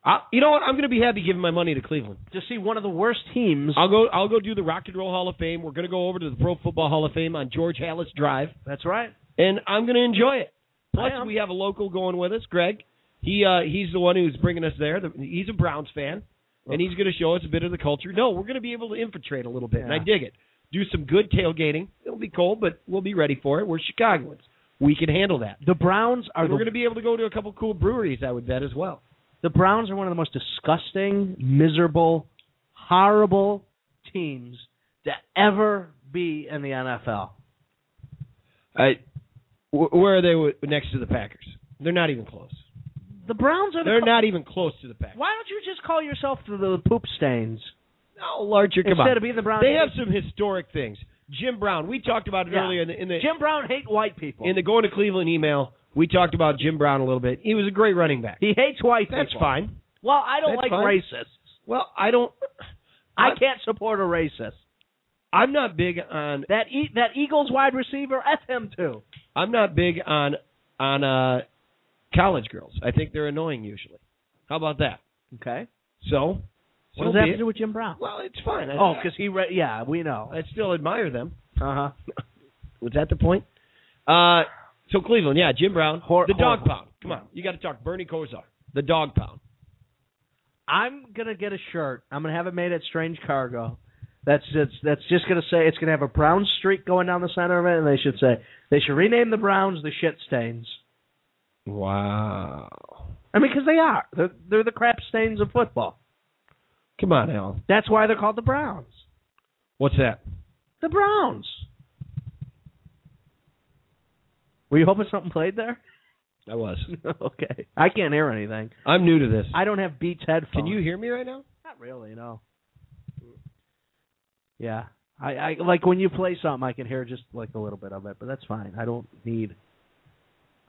Speaker 1: I, you know what? I'm going to be happy giving my money to Cleveland.
Speaker 2: to see one of the worst teams.
Speaker 1: I'll go. I'll go do the Rock and Roll Hall of Fame. We're going to go over to the Pro Football Hall of Fame on George Hallis Drive,
Speaker 2: That's right.
Speaker 1: and I'm going to enjoy it. Plus,
Speaker 2: I am.
Speaker 1: we have a local going with us, Greg. He uh, he's the one who's bringing us there. The, he's a Browns fan, and he's going to show us a bit of the culture. No, we're going to be able to infiltrate a little bit, and I
Speaker 2: Yeah.
Speaker 1: dig it. Do some good tailgating. It'll be cold, but we'll be ready for it. We're Chicagoans. We can handle that.
Speaker 2: The Browns are
Speaker 1: And
Speaker 2: the
Speaker 1: we're going to be able to go to a couple cool breweries, I would bet, as well.
Speaker 2: the Browns are one of the most disgusting, miserable, horrible teams to ever be in the NFL.
Speaker 1: I, wh- where are they w- next to the Packers? They're not even close.
Speaker 2: The Browns are the
Speaker 1: They're
Speaker 2: co-
Speaker 1: not even close to the Packers.
Speaker 2: Why don't you just call yourself the, the poop stains
Speaker 1: No, larger. Come
Speaker 2: instead
Speaker 1: on.
Speaker 2: of being the Browns?
Speaker 1: They have some historic things. Jim Brown. We talked about it
Speaker 2: Yeah.
Speaker 1: earlier in the in the
Speaker 2: Jim Brown hate white people.
Speaker 1: in the going to Cleveland email. We talked about Jim Brown a little bit. He was a great running back.
Speaker 2: he hates white
Speaker 1: That's
Speaker 2: people.
Speaker 1: fine.
Speaker 2: Well, I don't
Speaker 1: That's
Speaker 2: like
Speaker 1: fine.
Speaker 2: racists.
Speaker 1: Well, I don't.
Speaker 2: I
Speaker 1: What?
Speaker 2: can't support a racist.
Speaker 1: I'm not big on.
Speaker 2: That e- that Eagles wide receiver, f him too.
Speaker 1: I'm not big on on uh, college girls. I think they're annoying usually. How about that?
Speaker 2: Okay.
Speaker 1: So,
Speaker 2: What
Speaker 1: so
Speaker 2: does that
Speaker 1: be
Speaker 2: have to
Speaker 1: it.
Speaker 2: do with Jim Brown?
Speaker 1: Well, it's fine. I,
Speaker 2: Oh, because he re- yeah, we know.
Speaker 1: I still admire them.
Speaker 2: Uh huh.
Speaker 1: Uh-huh. Was that the point? Uh, so Cleveland, yeah, Jim Brown,
Speaker 2: Hor-
Speaker 1: the dog
Speaker 2: horrible.
Speaker 1: pound. Come on, you got to talk Bernie Kosar, the dog pound.
Speaker 2: I'm gonna get a shirt. I'm gonna have it made at Strange Cargo. That's that's that's just gonna say it's gonna have a brown streak going down the center of it, and they should say they should rename the Browns the shit stains.
Speaker 1: Wow.
Speaker 2: I mean, because they are. They're, they're the crap stains of football.
Speaker 1: Come on, Al.
Speaker 2: That's why they're called the Browns.
Speaker 1: What's that?
Speaker 2: The Browns. Were you hoping something played there?
Speaker 1: I was.
Speaker 2: okay. I can't hear anything.
Speaker 1: I'm new to this.
Speaker 2: I don't have Beats headphones.
Speaker 1: Can you hear me right now?
Speaker 2: Not really, no. Yeah. I, I like when you play something I can hear just like a little bit of it, but that's fine. I don't need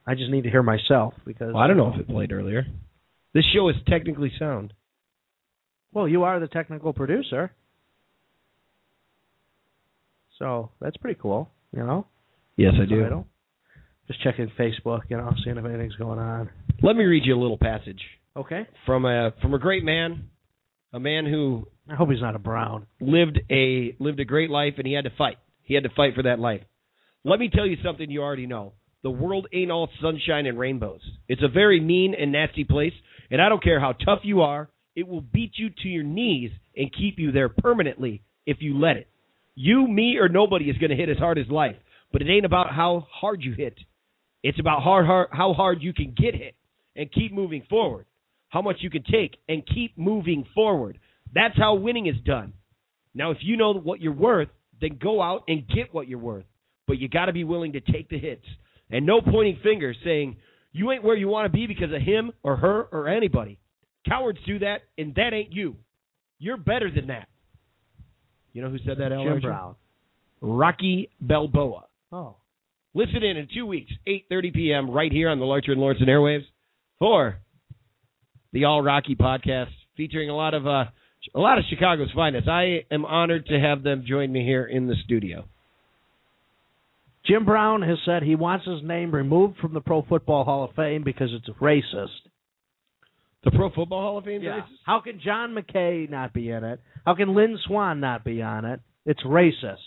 Speaker 2: I just need to hear myself because
Speaker 1: Well, I don't know if it played earlier. This show is technically sound.
Speaker 2: well, you are the technical producer. So that's pretty cool, you know?
Speaker 1: Yes, I
Speaker 2: So don't- Just checking Facebook, you know, seeing if anything's going on.
Speaker 1: Let me read you a little passage
Speaker 2: Okay.
Speaker 1: from a from a great man, a man who
Speaker 2: I hope he's not a Brown.
Speaker 1: lived a lived a great life and he had to fight. He had to fight for that life. Let me tell you something you already know. The world ain't all sunshine and rainbows. It's a very mean and nasty place, and I don't care how tough you are, it will beat you to your knees and keep you there permanently if you let it. You, me, or nobody is going to hit as hard as life, but it ain't about how hard you hit. It's about hard, hard, how hard you can get hit and keep moving forward, how much you can take and keep moving forward. That's how winning is done. Now, if you know what you're worth, then go out and get what you're worth. But you got to be willing to take the hits and no pointing fingers saying you ain't where you want to be because of him or her or anybody. Cowards do that, and that ain't you. You're better than that. You know who said that? Al
Speaker 2: Jim
Speaker 1: Archer?
Speaker 2: Brown.
Speaker 1: Rocky Balboa.
Speaker 2: Oh.
Speaker 1: Listen in in two weeks, 8.30 p.m., right here on the Larcher and Lawrence Airwaves for the All Rocky podcast featuring a lot of uh, a lot of Chicago's finest. I am honored to have them join me here in the studio.
Speaker 2: Jim Brown has said he wants his name removed from the Pro Football Hall of Fame because it's racist.
Speaker 1: The Pro Football Hall of Fame? races?
Speaker 2: How can John McKay not be in it? How can Lynn Swan not be on it? It's racist.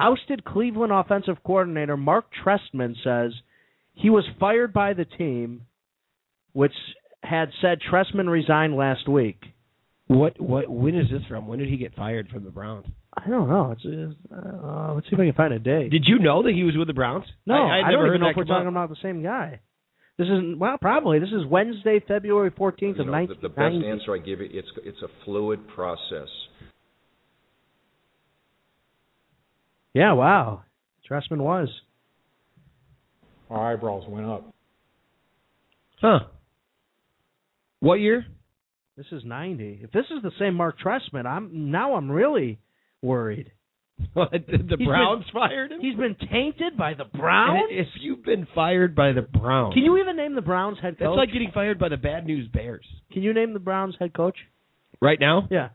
Speaker 2: Ousted Cleveland offensive coordinator Mark Trestman says he was fired by the team, which had said Trestman resigned last week.
Speaker 1: What what when is this from? When did he get fired from the Browns?
Speaker 2: I don't know. It's, it's, uh, let's see if I can find a date.
Speaker 1: Did you know that he was with the Browns?
Speaker 2: No,
Speaker 1: I, I'd
Speaker 2: don't
Speaker 1: never
Speaker 2: even
Speaker 1: heard
Speaker 2: know
Speaker 1: that
Speaker 2: if we're
Speaker 1: come up.
Speaker 2: talking about the same guy. This is well, probably this is Wednesday, February fourteenth
Speaker 3: You
Speaker 2: of
Speaker 3: know,
Speaker 2: nineteen
Speaker 3: the, the best
Speaker 2: ninety.
Speaker 3: answer I give you, it's it's a fluid process.
Speaker 2: Yeah, wow, Trustman was.
Speaker 4: Our eyebrows went up.
Speaker 1: Huh. What year?
Speaker 2: This is ninety. If this is the same Mark Trustman, I'm now I'm really worried.
Speaker 1: the
Speaker 2: been-
Speaker 1: Browns fired him?
Speaker 2: He's been tainted by the Browns.
Speaker 1: If you've been fired by the Browns.
Speaker 2: Can you even name the Browns head
Speaker 1: That's
Speaker 2: coach?
Speaker 1: like getting fired by the Bad News Bears.
Speaker 2: Can you name the Browns head coach?
Speaker 1: Right now,
Speaker 2: Yeah.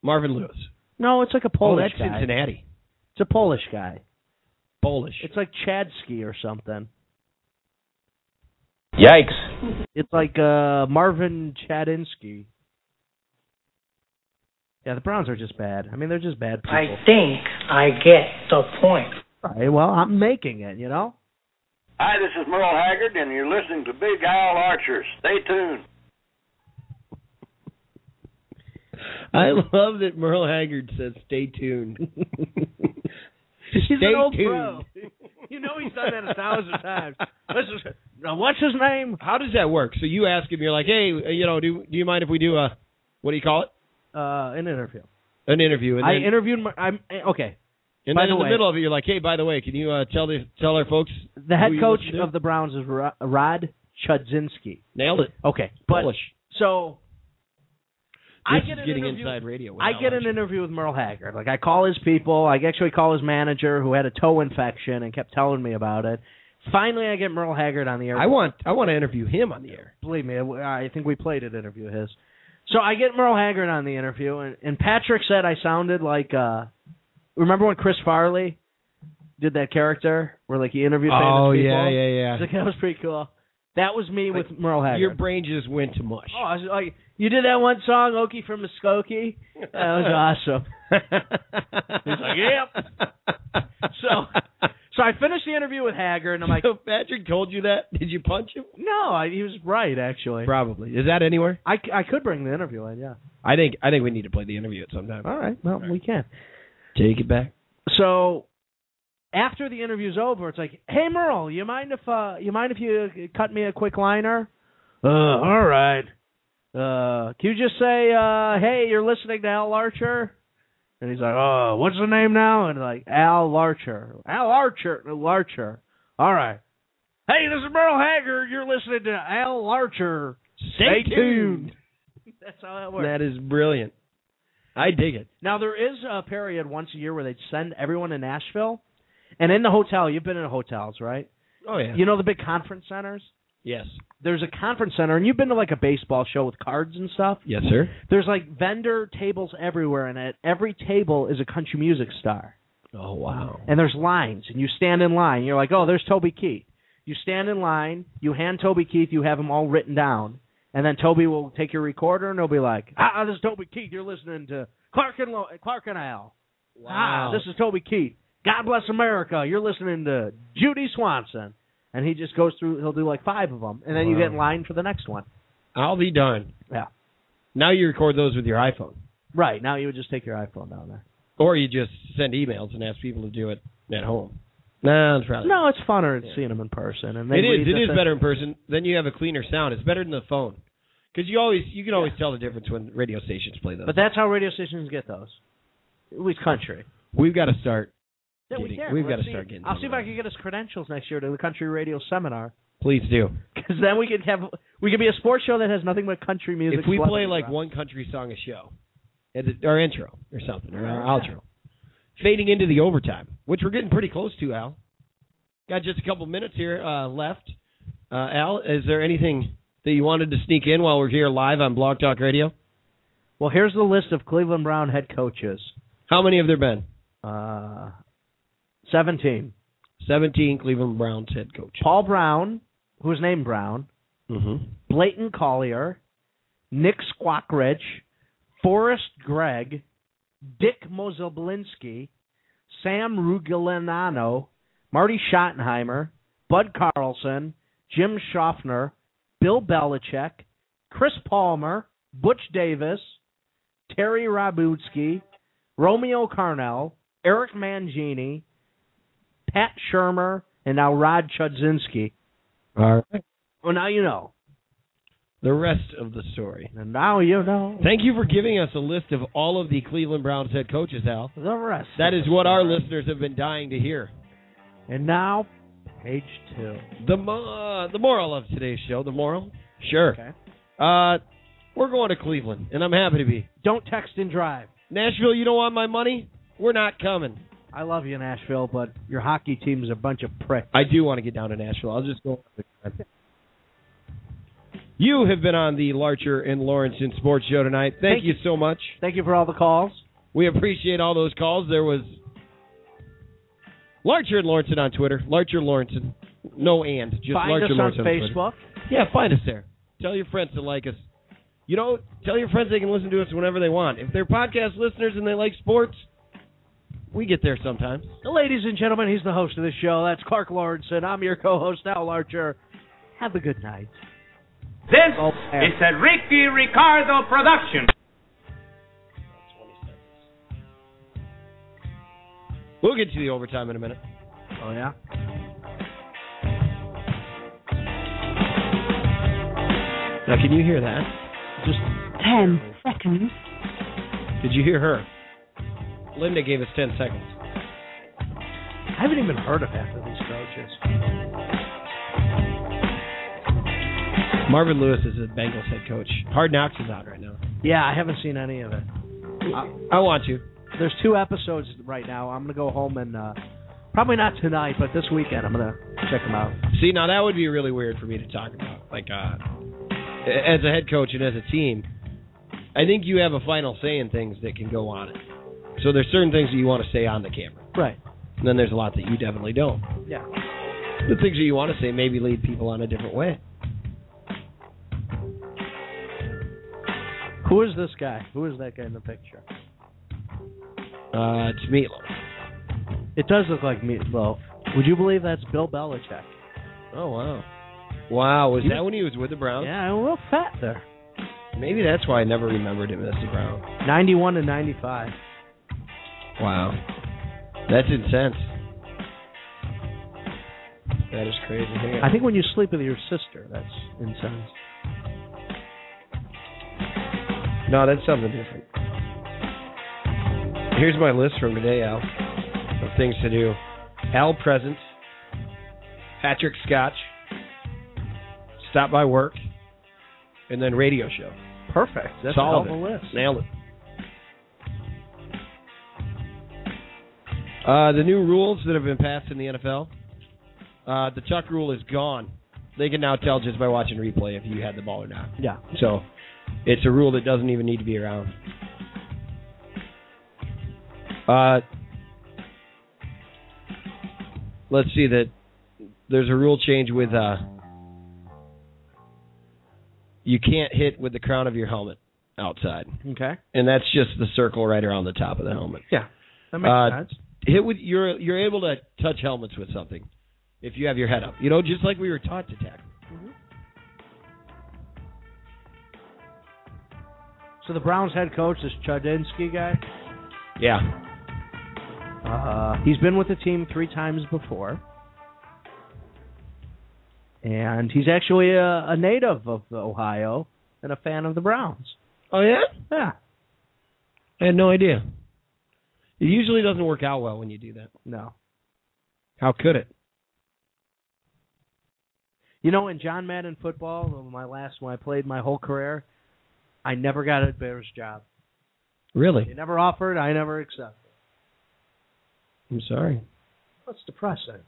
Speaker 1: Marvin Lewis.
Speaker 2: No, it's like a
Speaker 1: Oh,
Speaker 2: Polish
Speaker 1: that's
Speaker 2: guy.
Speaker 1: Cincinnati.
Speaker 2: It's a Polish guy.
Speaker 1: Polish.
Speaker 2: It's like Chadsky or something.
Speaker 5: Yikes.
Speaker 2: It's like uh, Marvin Chadinsky. Yeah, the Browns are just bad. I mean, they're just bad people.
Speaker 5: I think I get the point.
Speaker 2: All right, well, I'm making it, you know?
Speaker 6: Hi, this is Merle Haggard, and you're listening to Big Owl Archer. Stay tuned.
Speaker 1: I love that Merle Haggard says, "Stay tuned."
Speaker 2: He's
Speaker 1: Stay
Speaker 2: an old
Speaker 1: tuned.
Speaker 2: pro. You know he's done that a thousand times. This is, now what's his name?
Speaker 1: How does that work? So you ask him, you're like, "Hey, uh, you know, do do you mind if we do a what do you call it?
Speaker 2: Uh, an interview.
Speaker 1: An interview?" And
Speaker 2: I
Speaker 1: then,
Speaker 2: interviewed. My, I'm eh, okay.
Speaker 1: and
Speaker 2: by
Speaker 1: then in
Speaker 2: the
Speaker 1: the
Speaker 2: way-
Speaker 1: middle of it, you're like, "Hey, by the way, can you uh, tell the tell our folks
Speaker 2: The head
Speaker 1: Who you
Speaker 2: coach
Speaker 1: listen to?
Speaker 2: of the Browns is Ro- Rod Chudzinski.
Speaker 1: nailed it?"
Speaker 2: Okay, but
Speaker 1: Polish.
Speaker 2: so I
Speaker 1: This
Speaker 2: get
Speaker 1: is
Speaker 2: an
Speaker 1: getting
Speaker 2: interview.
Speaker 1: inside radio.
Speaker 2: I get an interview with Merle Haggard. Like I call his people. I actually call his manager who had a toe infection and kept telling me about it. Finally, I get Merle Haggard on the air.
Speaker 1: I want I want to interview him on the air.
Speaker 2: believe me, I think we played an interview of his. So I get Merle Haggard on the interview, and, and Patrick said I sounded like. uh Remember when Chris Farley did that character where like he interviewed famous people?
Speaker 1: Oh, yeah,
Speaker 2: He's like, that was pretty cool. That was me
Speaker 1: Like,
Speaker 2: with Merle Haggard.
Speaker 1: Your brain just went to mush.
Speaker 2: Oh, I was like, you did that one song, Okie from Muskogee. That was awesome.
Speaker 1: He's
Speaker 2: like, "Yep." So- So I finished the interview with Haggard, and I'm like,
Speaker 1: so Patrick told you that? Did you punch him?
Speaker 2: no, I, he was right actually.
Speaker 1: Probably. Is that anywhere?
Speaker 2: I, c- I could bring the interview in, yeah.
Speaker 1: I think I think we need to play the interview at some time.
Speaker 2: All right, well we can.
Speaker 1: Take it back.
Speaker 2: So after the interview's over, it's like, hey Merle, you mind if uh, you mind if you cut me a quick liner? Uh, all right. Uh, can you just say, uh, hey, you're listening to Al Larcher? And he's like, oh, what's the name now? And like, Al Larcher, Al Archer, Larcher. All right. Hey, this is Merle Haggard. You're listening to Al Larcher.
Speaker 1: Stay, tuned.
Speaker 2: That's how that works.
Speaker 1: That is brilliant. I dig it.
Speaker 2: Now there is a period once a year where they'd send everyone to Nashville, and in the hotel, you've been in hotels, right?
Speaker 1: Oh yeah.
Speaker 2: You know the big conference centers.
Speaker 1: yes.
Speaker 2: There's a conference center, and you've been to like a baseball show with cards and stuff.
Speaker 1: Yes, sir.
Speaker 2: There's like vendor tables everywhere, and at every table is a country music star.
Speaker 1: Oh wow.
Speaker 2: And there's lines, and you stand in line. You're like, oh, there's Toby Keith. You stand in line. You hand Toby Keith. You have them all written down, and then Toby will take your recorder, and he'll be like, ah, this is Toby Keith. You're listening to Clark and Lo- Clark and Al. Ah, this is Toby Keith. God bless America. You're listening to Judy Swanson. And he just goes through, he'll do like five of them. And then you
Speaker 1: Wow.
Speaker 2: get in line for the next one.
Speaker 1: I'll be darned.
Speaker 2: Yeah.
Speaker 1: Now you record those with your iPhone,
Speaker 2: Right. Now you would just take your iPhone down there.
Speaker 1: or you just send emails and ask people to do it at home. No, it's probably
Speaker 2: No, it's funner seeing them in person. And they
Speaker 1: It is.
Speaker 2: read
Speaker 1: It
Speaker 2: the
Speaker 1: is
Speaker 2: thing.
Speaker 1: better in person. Then you have a cleaner sound. It's better than the phone, because you always you can always tell the difference when radio stations play those.
Speaker 2: But that's how radio stations get those. At least country.
Speaker 1: we've got to start.
Speaker 2: Yeah, we
Speaker 1: Getting-
Speaker 2: can.
Speaker 1: we've
Speaker 2: Let's
Speaker 1: gotta
Speaker 2: see.
Speaker 1: start getting
Speaker 2: I'll
Speaker 1: some
Speaker 2: see
Speaker 1: of
Speaker 2: if I
Speaker 1: those.
Speaker 2: can get his credentials next year to the country radio seminar.
Speaker 1: Please do.
Speaker 2: Because then we could have we could be a sports show that has nothing but country music.
Speaker 1: If we play
Speaker 2: celebrities
Speaker 1: like
Speaker 2: on.
Speaker 1: one country song a show, and it- our intro or something, or our outro, fading into the overtime, which we're getting pretty close to, Al. Got just a couple minutes here uh, left. Uh, Al, is there anything that you wanted to sneak in while we're here live on Blog Talk Radio?
Speaker 2: well, here's the list of Cleveland Brown head coaches.
Speaker 1: How many have there been?
Speaker 2: Uh, Seventeen.
Speaker 1: 17 Cleveland Browns head coach.
Speaker 2: Paul Brown, who was named Brown,
Speaker 1: Mm-hmm.
Speaker 2: Blayton Collier, Nick Squackridge, Forrest Gregg, Dick Mozoblinski, Sam Rugilinano, Marty Schottenheimer, Bud Carlson, Jim Schaffner, Bill Belichick, Chris Palmer, Butch Davis, Terry Rabutsky, Romeo Carnell, Eric Mangini, Pat Shermer, and now Rod Chudzinski.
Speaker 1: All right.
Speaker 2: Well, now you know.
Speaker 1: The rest of the story.
Speaker 2: And now you know.
Speaker 1: Thank you for giving us a list of all of the Cleveland Browns head coaches, Al.
Speaker 2: the rest.
Speaker 1: That is what our listeners have been dying to hear.
Speaker 2: And now, page two.
Speaker 1: The mo- uh, the moral of today's show, the moral? Sure.
Speaker 2: Okay.
Speaker 1: Uh, we're going to Cleveland, and I'm happy to be.
Speaker 2: Don't text and drive.
Speaker 1: Nashville, you don't want my money? We're not coming.
Speaker 2: I love you, Nashville, but your hockey team is a bunch of pricks.
Speaker 1: I do want to get down to Nashville. I'll just go. You have been on the Larcher and Lawrenson Sports Show tonight. Thank,
Speaker 2: Thank
Speaker 1: you so much.
Speaker 2: Thank you for all the calls.
Speaker 1: We appreciate all those calls. There was Larcher and Lawrenson on Twitter. Larcher Lawrenson. No and. Just
Speaker 2: Find
Speaker 1: Larcher
Speaker 2: us on
Speaker 1: Lawrenson Twitter.
Speaker 2: Facebook.
Speaker 1: Yeah, find us there. Tell your friends to like us. You know, tell your friends they can listen to us whenever they want. If they're podcast listeners and they like sports, we get there sometimes.
Speaker 2: Ladies and gentlemen, he's the host of the show. That's Clark Lawrence, and I'm your co-host, Al Archer. Have a good night.
Speaker 7: This
Speaker 2: Oh, yeah.
Speaker 7: is a Ricky Ricardo production.
Speaker 1: We'll get to the overtime in a minute.
Speaker 2: Oh yeah.
Speaker 1: Now, can you hear that? Just
Speaker 8: Ten seconds.
Speaker 1: did you hear her? Linda gave us ten seconds.
Speaker 2: I haven't even heard of half of these coaches.
Speaker 1: Marvin Lewis is a Bengals head coach. Hard Knocks is out right now.
Speaker 2: Yeah, I haven't seen any of it.
Speaker 1: I want you.
Speaker 2: There's two episodes right now. I'm gonna go home and uh, probably not tonight, but this weekend I'm gonna check them out.
Speaker 1: See, now that would be really weird for me to talk about. Like, uh, as a head coach and as a team, I think you have a final say in things that can go on it. So there's certain things that you want to say on the camera,
Speaker 2: Right.
Speaker 1: and then there's a lot that you definitely don't.
Speaker 2: Yeah.
Speaker 1: The things that you want to say maybe lead people on a different way.
Speaker 2: Who is this guy? Who is that guy in the picture?
Speaker 1: Uh, it's Meatloaf.
Speaker 2: It does look like Meatloaf. Would you believe that's Bill Belichick?
Speaker 1: Oh wow, wow! Was
Speaker 2: You-
Speaker 1: that when he was with the Browns?
Speaker 2: Yeah, I'm real fat there.
Speaker 1: Maybe that's why I never remembered him as the Brown.
Speaker 2: 91 to 95.
Speaker 1: Wow, that's intense. That is crazy. Hang on.
Speaker 2: I think when you sleep with your sister, that's insane.
Speaker 1: No, that's something different. Here's my list from today, Al, of things to do. Al Present, Patrick Scotch, Stop by Work, and then Radio Show.
Speaker 2: Perfect. That's
Speaker 1: Solid.
Speaker 2: a hell of a list.
Speaker 1: Nailed it. Uh, the new rules that have been passed in the NFL. Uh, the Chuck rule is gone. They can now tell just by watching replay if you had the ball or not.
Speaker 2: Yeah.
Speaker 1: So it's a rule that doesn't even need to be around. Uh, let's see that there's a rule change with uh, you can't hit with the crown of your helmet outside,
Speaker 2: Okay.
Speaker 1: and that's just the circle right around the top of the helmet.
Speaker 2: That makes
Speaker 1: Uh,
Speaker 2: sense.
Speaker 1: Hit with you're you're able to touch helmets with something if you have your head up. You know, just like we were taught to tackle.
Speaker 2: So the Browns head coach is Chudinsky guy.
Speaker 1: Yeah.
Speaker 2: Uh, he's been with the team three times before. And he's actually a, a native of Ohio and a fan of the Browns.
Speaker 1: Oh yeah.
Speaker 2: Yeah.
Speaker 1: I had no idea. It usually doesn't work out well when you do that.
Speaker 2: No.
Speaker 1: How could it?
Speaker 2: You know, in John Madden football, my last when I played my whole career, I never got a Bears job. They
Speaker 1: Really?
Speaker 2: never offered. I never accepted.
Speaker 1: I'm sorry.
Speaker 2: That's depressing.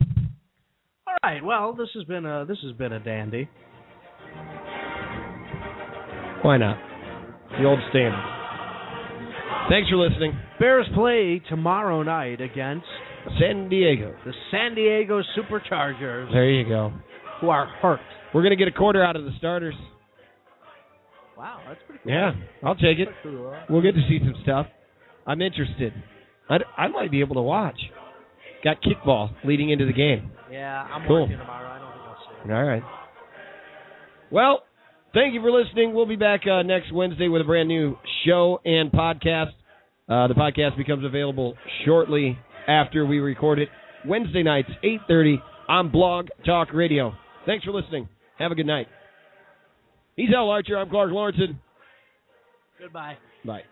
Speaker 2: All right. Well, this has been a this has been a dandy.
Speaker 1: Why not? The old standard. Thanks for listening.
Speaker 2: Bears play tomorrow night against
Speaker 1: San Diego.
Speaker 2: the San Diego Superchargers,
Speaker 1: There you go.
Speaker 2: who are hurt.
Speaker 1: We're gonna get a quarter out of the starters.
Speaker 2: Wow, that's pretty. Cool.
Speaker 1: Yeah, I'll take it.
Speaker 2: That's pretty cool.
Speaker 1: We'll get to see some stuff. I'm interested. I, I might be able to watch. Got kickball leading into the game.
Speaker 2: Yeah, I'm
Speaker 1: Cool.
Speaker 2: working tomorrow. I don't think I'll see it.
Speaker 1: All right. Well, thank you for listening. We'll be back uh, next Wednesday with a brand new show and podcast. Uh, the podcast becomes available shortly after we record it. Wednesday nights, 8.30 on Blog Talk Radio. Thanks for listening. Have a good night. He's Al Archer. I'm Clark Lawrence.
Speaker 2: Goodbye.
Speaker 1: Bye.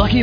Speaker 9: Lucky